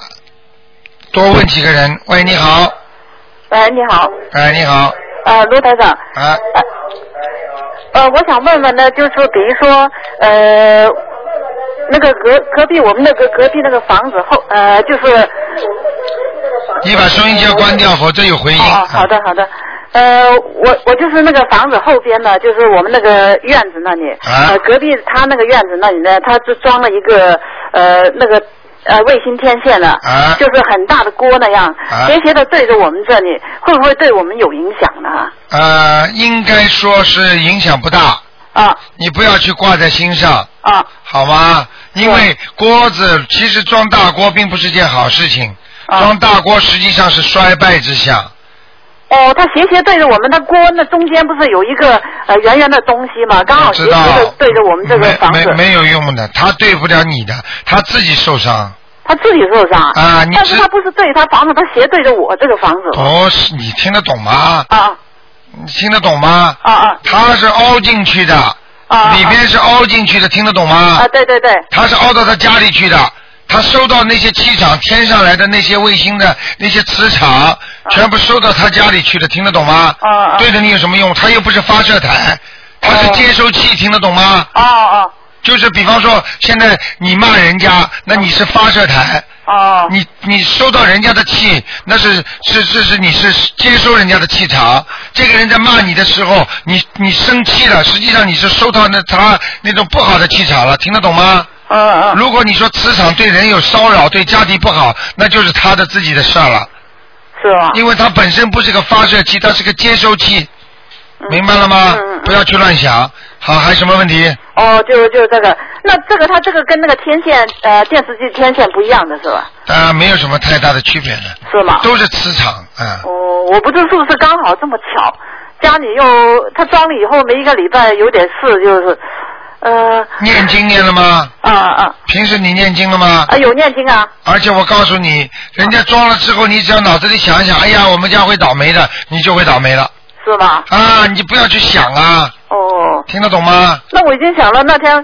多问几个人。喂，你好，
喂，你好，
哎，你好，
呃，卢台长，
啊，
呃，我想问问呢，就是说，比如说，呃，那个隔隔壁我们那个隔壁那个房子后，呃，就是，
啊你把收音机要关掉，否则有回音。
哦，好的好的，呃，我我就是那个房子后边呢，就是我们那个院子那里，
啊
呃，隔壁他那个院子那里呢，他就装了一个呃那个。呃，卫星天线呢，
啊
就是很大的锅那样，
啊
斜斜的对着我们这里，会不会对我们有影响呢？
呃，应该说是影响不大。
啊。
你不要去挂在心上。
啊。
好吗？因为锅子其实装大锅并不是件好事情，
啊
装大锅实际上是衰败之象。
哦，它斜斜对着我们的锅，那中间不是有一个呃圆圆的东西吗？刚好
知
斜斜
道
的对着我们这个
没
房
没
子，
没有用的，他对不了你的，他自己受伤。
它自己受伤。
啊你
但是
知
它不是对它房子，它斜对着我这个房子。
不哦是你听得懂吗？
啊。
你听得懂吗？
啊啊。
它是凹进去的。
啊
里边是凹进去的，听得懂吗？
啊，对对对。
它是凹到他家里去的，他收到那些气场天上来的那些卫星的那些磁场，全部收到他家里去的，听得懂吗？
啊
对着你有什么用？它又不是发射台，它是接收器，听得懂吗？
哦哦。
就是比方说，现在你骂人家，那你是发射台。
哦。
你你收到人家的气，那是是是是你是接收人家的气场。这个人在骂你的时候，你你生气了，实际上你是收到那他那种不好的气场了，听得懂吗？
嗯嗯。
如果你说磁场对人有骚扰，对家庭不好，那就是他的自己的事儿了。
是吧？
因为它本身不是个发射器，它是个接收器，
嗯
明白了吗？不要去乱想。好，还有什么问题？
哦，就是就是这个，那这个它这个跟那个天线呃电视机天线不一样的是吧？
啊，没有什么太大的区别的，
是吗？
都是磁场，嗯，
哦，我不知道是不是刚好这么巧，家里又他装了以后没一个礼拜有点事，就是呃
念经念了吗？
啊啊
平时你念经了吗？
啊有念经啊，
而且我告诉你，人家装了之后，你只要脑子里想一想，哎呀，我们家会倒霉的，你就会倒霉了
是吧？
啊！你不要去想啊，
哦，
听得懂吗？
那我已经想了，那天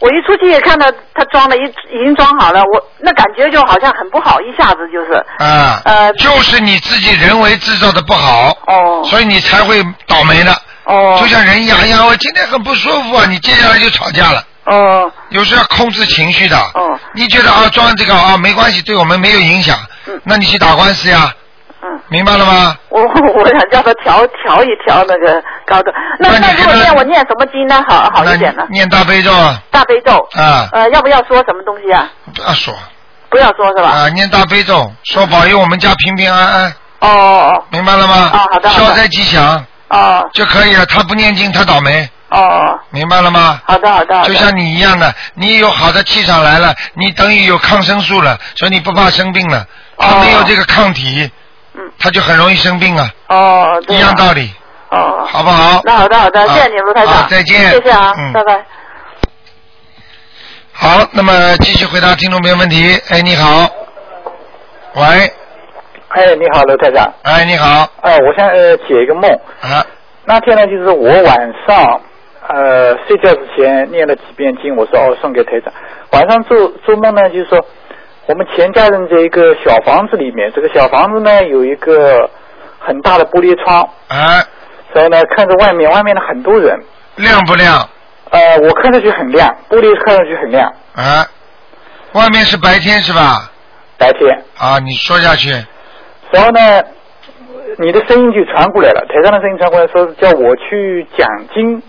我一出去也看到他装了一已经装好了，我那感觉就好像很不好，一下子就是
啊，
呃
就是你自己人为制造的不好，
哦，
所以你才会倒霉的。
哦，
就像人一样，哎呀，我今天很不舒服啊，你接下来就吵架了。
哦，
有时候要控制情绪的。
哦，
你觉得啊，装这个啊没关系，对我们没有影响，那你去打官司呀。
嗯，
明白了吗？
我我想叫他调调一调那个高度。那那如果念我念什么经呢？好好一点呢？
念大悲咒啊，
大悲咒。
啊
呃，要不要说什么东西啊？
不要说
不要说是吧？
啊，念大悲咒，说保佑我们家平平安安。
哦哦
明白了吗？
哦好的好的
消灾吉祥
哦
就可以了。他不念经，他倒霉，
哦哦，
明白了吗？
好的好的。好的
就像你一样的，你有好的气场来了，你等于有抗生素了，所以你不怕生病了。
嗯
他没有这个抗体，他就很容易生病啊，
哦，嗯对
一
啊
样道理，
哦，
好不好？
那好的好的，谢谢你卢台
啊好
长，
再见
谢谢啊，
嗯
拜拜。
好，那么继续回答听众朋友问题。哎，你好，喂，
哎，你好，刘台长。
哎，你好。
哎，我想呃解一个梦。
啊。
那天呢，就是我晚上呃睡觉之前念了几遍经，我说哦送给台长。晚上做做梦呢，就是说我们全家人在一个小房子里面，这个小房子呢有一个很大的玻璃窗。
啊。
所以呢，看着外面，外面呢很多人。
亮不亮？
呃，我看上去很亮，玻璃看上去很亮。
啊，外面是白天是吧？
白天。
啊，你说下去。
然后呢，你的声音就传过来了，台上的声音传过来，说是叫我去讲经。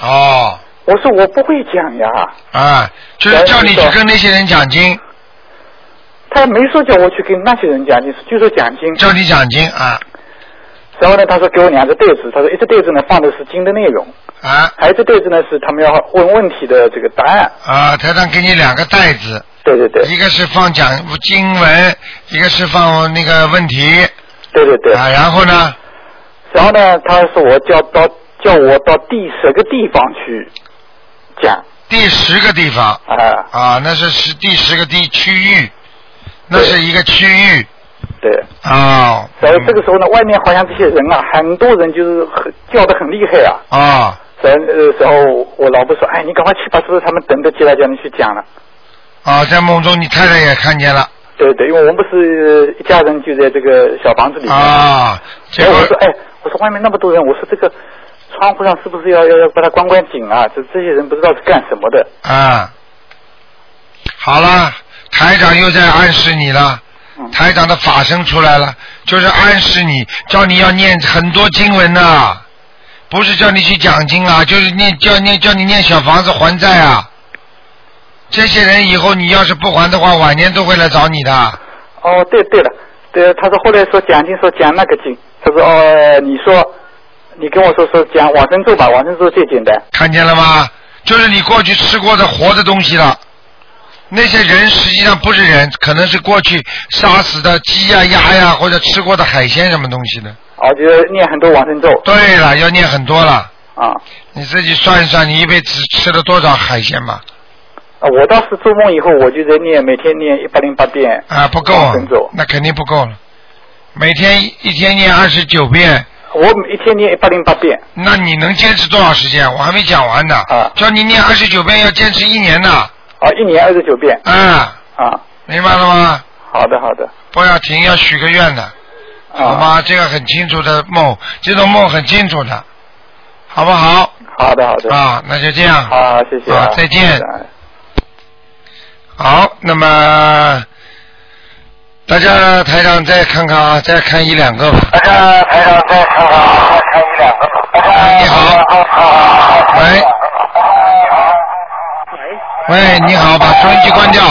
哦，
我说我不会讲呀，
啊，就是叫你去跟那些人讲经，
他没说叫我去跟那些人讲经，就说讲经。
叫你讲经啊
然后呢，他说给我两个袋子，他说一只袋子呢放的是经的内容，
啊
还有一只袋子呢是他们要问问题的这个答案。
啊！台上给你两个袋子，
对对对，
一个是放讲经文，一个是放那个问题。
对对对。
啊，然后呢？
然后呢，他说我叫到叫我到第十个地方去讲。
第十个地方。
啊。
啊，那是十第十个地区域，那是一个区域。
对。
啊
然后这个时候呢，外面好像这些人啊，很多人就是很叫的很厉害啊。
啊
然呃，然后我老婆说，哎，你赶快去吧，是不是他们等着进来叫你去讲了？
啊！在梦中你太太也看见了
对对，因为我们不是呃一家人就在这个小房子里面。
啊！
然后我说，哎，我说外面那么多人，我说这个窗户上是不是要要要把它关关紧啊？这这些人不知道是干什么的。
啊！好了，台长又在暗示你了。台长的法身出来了，就是暗示你，叫你要念很多经文呐、不是叫你去讲经啊，就是念叫念叫你念小房子还债啊。这些人以后你要是不还的话，晚年都会来找你的。
哦，对对了，对，他说后来说讲经说讲那个经，他说哦，你说你跟我说说讲往生咒吧，往生咒最简单。
看见了吗？就是你过去吃过的活的东西了。那些人实际上不是人，可能是过去杀死的鸡呀、鸭呀，或者吃过的海鲜什么东西的。
哦，就是念很多往生咒。
对了，要念很多了。
啊。
你自己算一算，你一辈子吃了多少海鲜吧？
啊，我当时做梦以后，我就在念，每天念一百零八遍。
啊，不够啊，
嗯
那肯定不够了。每天一一天念二十九遍，
我每一天念一百零八遍。
那你能坚持多少时间？我还没讲完呢。啊。叫你念二十九遍，要坚持一年呢。
啊，一年二十九遍。
啊。
啊。
明白了吗？
好的，好的。
不要停，要许个愿的，好吗？这个很清楚的梦，这种梦很清楚的，好不好？
好的，好的。
啊，那就这样。
好，谢谢啊
啊，再见
谢谢啊
好，那么大家台长再看看啊，再看一两个吧。大
家台长再看看啊，
再看一两个吧。你好。喂。喂，你好，把收音机关掉。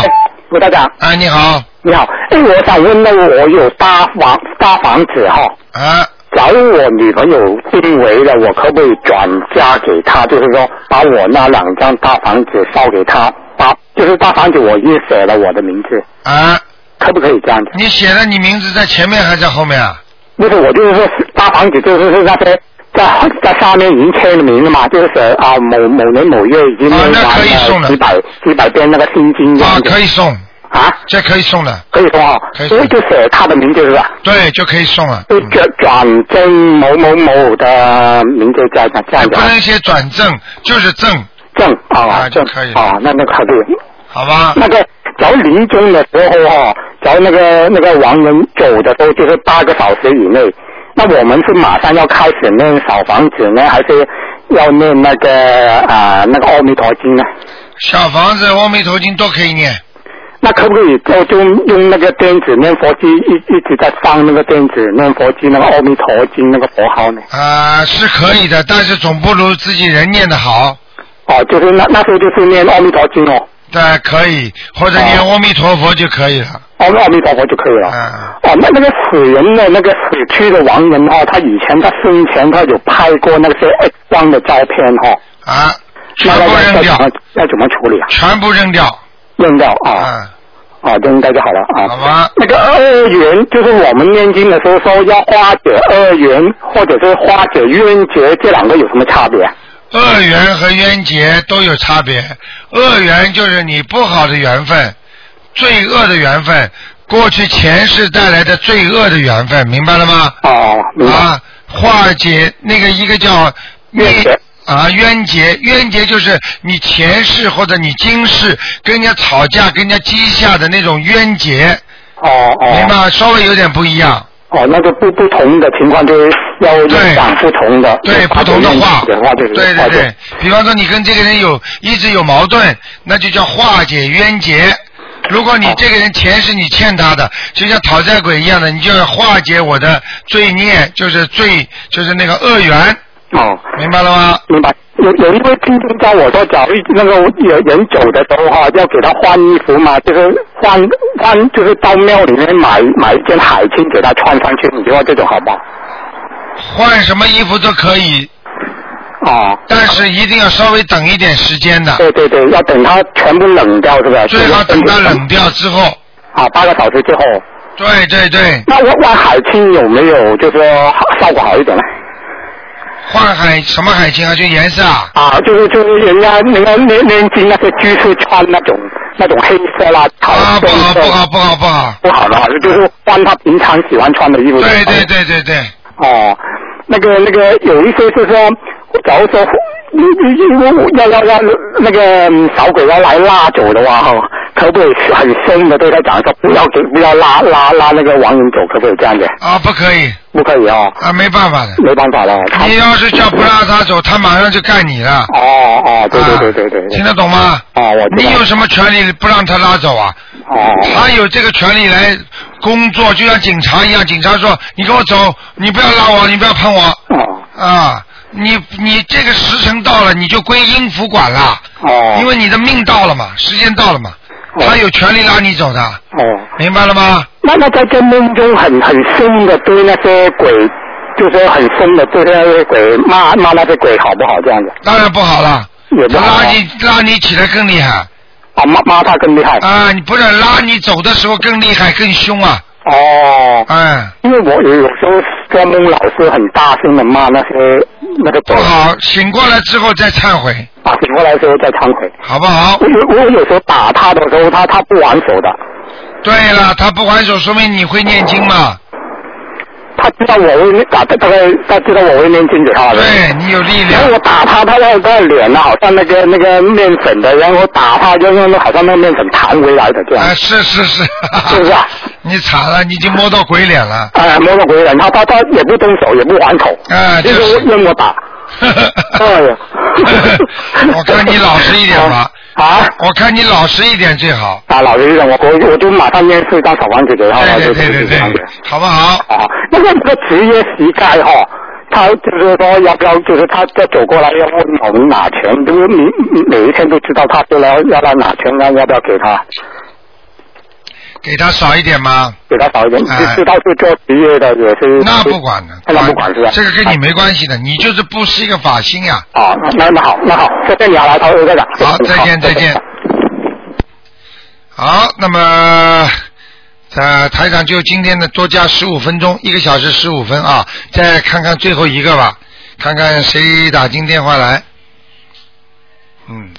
吴大长。
哎，你好。
你好，哎，我想问呢，我有搭房搭房子哈、
啊。
假如我女朋友病危了，我可不可以转嫁给她？就是说，把我那两张大房子烧给她，把就是大房子我也写了我的名字，
啊，
可不可以这样子？
你写的你名字在前面还是在后面啊？
不是，我就是说大房子就是是那些在在上面已经签了名了嘛，就是写啊某某年某月已经
哦
念完了几百几百遍那个心经这样子。
可以送
啊，
这可以送的，
可以说啊，所以就嗯写他的名字是吧？
对，就可以送了。
就转转正某某某的名字加上这样子
不
啊
能写转正，就是正，
正啊正啊，那那可以。
好吧？
那个找临终的时候哈、找那个那个亡人走的时候，就是八个小时以内。那我们是马上要开始念小房子呢，还是要念那个啊、那个阿弥陀经呢？
小房子、阿弥陀经都可以念。
那可不可以就就用那个电子念佛机一一直在放那个电子念佛机那个阿弥陀经那个佛号呢？
啊、是可以的，但是总不如自己人念的好。
哦，就是那那时候就是念阿弥陀经哦，
对，可以，或者念阿弥陀佛就可以了。
阿阿弥陀佛就可以了。
啊
哦，那那个死人的那个死去的亡人哈、他以前他生前他有拍过那些 X 光的照片哈、
啊，
那那那要怎么要怎么处理啊？
全部扔掉。
扔掉啊。啊，扔掉就好了啊。
好吧。
那个二元就是我们念经的时候说要化解二元或者是化解冤结，这两个有什么差别啊？
恶缘和冤结都有差别，恶缘就是你不好的缘分，罪恶的缘分；过去前世带来的罪恶的缘分，明白了吗？
哦，明白
啊，化解那个一个叫冤结啊，冤结，冤结就是你前世或者你今世跟人家吵架、跟人家积下的那种冤结。
哦哦，
明白，稍微有点不一样。
哦，那个不不同的情况就是要要讲不同的，对不同的话，的话就是
对
化
对
解
对，比方说你跟这个人有一直有矛盾，那就叫化解冤结。如果你这个人钱是你欠他的，就像讨债鬼一样的，你就要化解我的罪孽，就是罪，就是那个恶缘。
哦，
明白了吗？
明白。有有一位听众叫我说，假如那个有人走的时候哈、要给他换衣服嘛，就是换换，就是到庙里面买买一件海青给他穿上去，你觉得这种好不好？
换什么衣服都可以。
哦。
但是一定要稍微等一点时间的。
对对对，要等它全部冷掉是吧？
最好等它冷掉之后。
啊，八个小时之后。
对对对。
那我换海青有没有就是说好效果好一点呢？
换海什么海青啊？就颜色啊？
啊，就是就是人家人家念念经那些居士穿那种那种黑色啦，啊不好不好
不好不好
不好的话，就是换他平常喜欢穿的衣服。
对对对对对。
哦，那个那个有一些是说，假如说因因为要要要那个嗯小鬼要来拉走的话哈、可不可以很凶的对他讲说不要给不要拉拉拉那个亡人走，可不可以这样子？
啊，不可以。
不可以哦。
啊，没办法的。
没办法了。他
你要是叫不让他走，他马上就干你了。
哦哦，对对对对对。
听得懂吗？
哦，我
你有什么权利不让他拉走啊？
哦。
他有这个权利来工作，就像警察一样。警察说：“你跟我走，你不要拉我，你不要碰我。”
哦
啊，你你这个时辰到了，你就归音符管了。
哦。
因为你的命到了嘛，时间到了嘛，他有权利拉你走的，
哦。
明白了吗？
那那在这梦中很很凶的对那些鬼，就是很凶的对那些鬼骂骂那些鬼，好不好这样子？
当然不好了。
也不
他
好
拉你拉你起来更厉害。
啊，骂骂他更厉害。
啊，你不是拉你走的时候更厉害更凶啊。
哦。
嗯。
因为我有时候做梦老是很大声的骂那些那个鬼。
不好，醒过来之后再忏悔，
啊，醒过来的时候再忏悔。
好不好？
我有我有时候打他的时候，他他不还手的，
对了，他不还手，说明你会念经嘛？
他知道我会念打他他会他知道我会念经给他的。
对你有力
然后我打他，他的他的脸呢，好像那个那个面粉的，然后我打他，就用好像那个面粉弹回来的这样。
啊，是是是，
是不是啊？
你惨了，你已经摸到鬼脸了。
哎，摸到鬼脸，他他他也不动手，也不还口，
啊，
就
就是是，
任我 打。哎呀，
我看你老实一点吧。
啊？
我看你老实一点最好，
打啊老实一点，我我我就马上念四张小房子给他，
对对
就
对对对好不好？
啊，那个那个职业膝盖哈，他就是说要不要，就是他再走过来要问我们拿钱，就是每每一天都知道他过来要他拿钱，那要不要给他？
给他少一点嘛。
给他少一点，
哎
知道是做职业的也是。
那不管了，
那不管是吧？哎
这个跟你没关系的，你就是不是一个法心呀。
啊，那那好，那好，谢谢你啊，来，陶台长。
好，再见，再见。好，那么呃，台长就今天的多加十五分钟，一个小时十五分啊，再看看最后一个吧，看看谁打进电话来。嗯，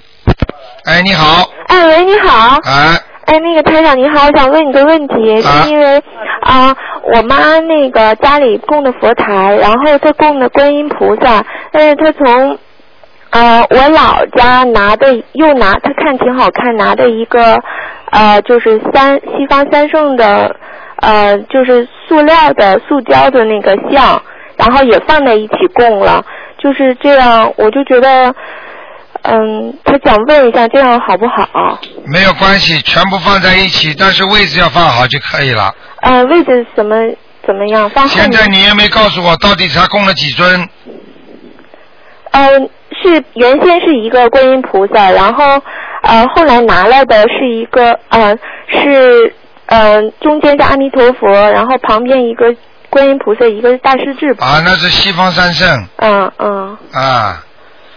哎，你好，
哎，喂，你好。
哎，
哎，那个台长你好，我想问你个问题，是因为啊、我妈那个家里供的佛台，然后她供的观音菩萨，但是她从呃我姥家拿的，又拿她看挺好看，拿的一个呃就是三西方三圣的呃就是塑料的塑胶的那个像，然后也放在一起供了，就是这样，我就觉得嗯，她想问一下这样好不好？
没有关系，全部放在一起，但是位置要放好就可以了。
呃，位置怎么怎么样？放后
现在
面
你也没告诉我到底他供了几尊，
呃是原先是一个观音菩萨，然后呃后来拿来的是一个呃是呃中间是阿弥陀佛，然后旁边一个观音菩萨，一个是大势至吧。
啊，那是西方三圣
嗯嗯，
啊，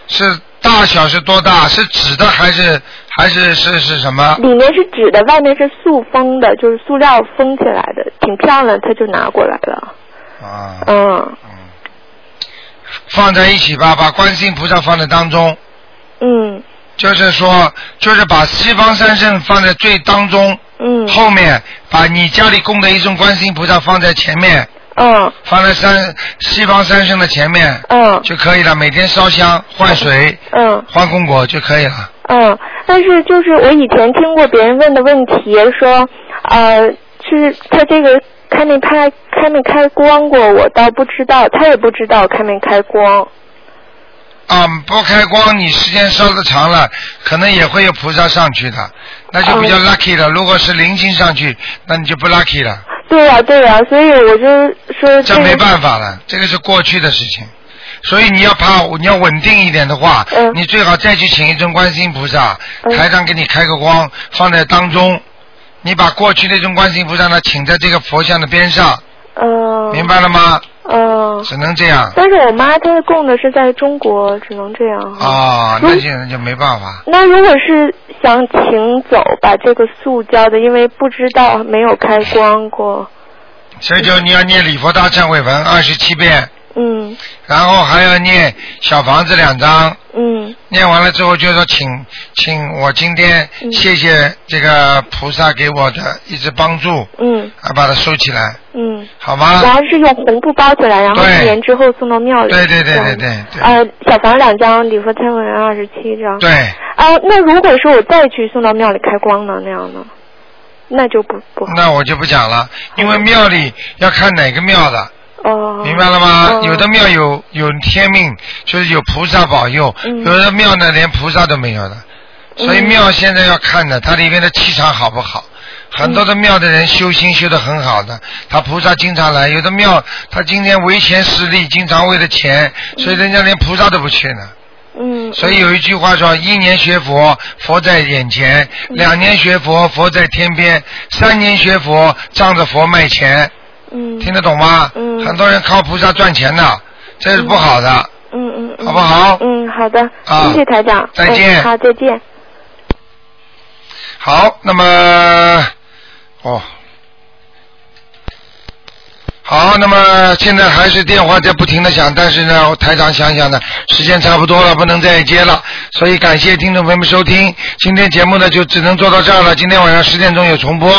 是大小是多大？是纸的还是还是是是什么？
里面是纸的，外面是塑封的，就是塑料封起来的，挺漂亮，他就拿过来了。
啊，
嗯
放在一起吧，把观世音菩萨放在当中，
嗯
就是说，就是把西方三圣放在最当中，
嗯
后面把你家里供的一尊观世音菩萨放在前面，
嗯
放在三西方三圣的前面，
嗯
就可以了。每天烧香、换水、
嗯
换供果就可以了。
嗯，但是就是我以前听过别人问的问题，说呃是他这个开没开开没开光过，我倒不知道，他也不知道开没开光。
啊、不开光，你时间烧的长了，可能也会有菩萨上去的，那就比较 lucky 了。如果是灵性上去，那你就不 lucky 了，
对呀、对呀、所以我就说
这
个
没办法了，这个是过去的事情。所以你要怕，你要稳定一点的话，你最好再去请一尊观世音菩萨，台上给你开个光，放在当中，你把过去那尊观世音菩萨呢，请在这个佛像的边上，
嗯，
明白了吗？
嗯，
只能这样
但是我妈她供的是在中国，只能这样。
啊、那就那就没办法。
那如果是想请走把这个塑胶的，因为不知道没有开光过，
所以就你要念礼佛大忏悔文二十七遍，
嗯
然后还要念小房子两张，
嗯
念完了之后就说请请我今天
嗯
谢谢这个菩萨给我的一直帮助，
嗯
啊把它收起来，
嗯。
好吗？
然后是用红布包起来，然后一年之后送到庙里。
对对对
这样
对对对
呃，小房两张，礼佛忏悔文二十七张。
对。
啊，那如果说我再去送到庙里开光呢，那样呢？那就不不好。
那我就不讲了，因为庙里要看哪个庙的。
嗯
哦。
明白了吗？
哦
有的庙有有天命，就是有菩萨保佑；
嗯
有的庙呢，连菩萨都没有的。所以
嗯
庙现在要看的，它里面的气场好不好。很多的庙的人修心修得很好的，他菩萨经常来；有的庙他今天为钱实力，经常为了钱，所以人家连菩萨都不去呢。
嗯。
所以有一句话说：一年学佛，佛在眼前；
嗯
两年学佛，佛在天边；三年学佛，仗着佛卖钱。
嗯。
听得懂吗？
嗯
很多人靠菩萨赚钱的，这是不好的。
嗯嗯嗯。
好不好
嗯，好的。
啊
谢谢台长。
再见
哎好，再见。
好，那么，哦，好，那么现在还是电话在不停的响，但是呢，台长想想呢，时间差不多了，不能再接了，所以感谢听众朋友们收听，今天节目呢就只能做到这儿了。今天晚上十点钟有重播，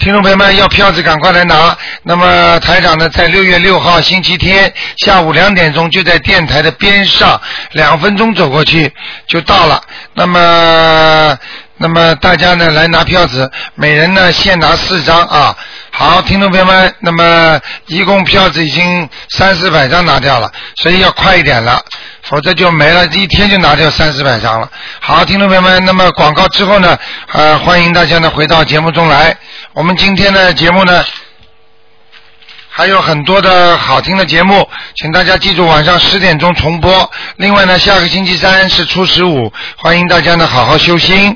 听众朋友们要票子赶快来拿。那么台长呢，在六月六号星期天下午两点钟就在电台的边上，两分钟走过去就到了。那么。那么大家呢来拿票子，每人呢限拿四张啊。好，听众朋友们，那么一共票子已经三四百张拿掉了，所以要快一点了，否则就没了，一天就拿掉三四百张了。好，听众朋友们，那么广告之后呢，呃，欢迎大家呢回到节目中来。我们今天的节目呢。还有很多的好听的节目，请大家记住晚上十点钟重播。另外呢，下个星期三是初十五，欢迎大家呢好好修心。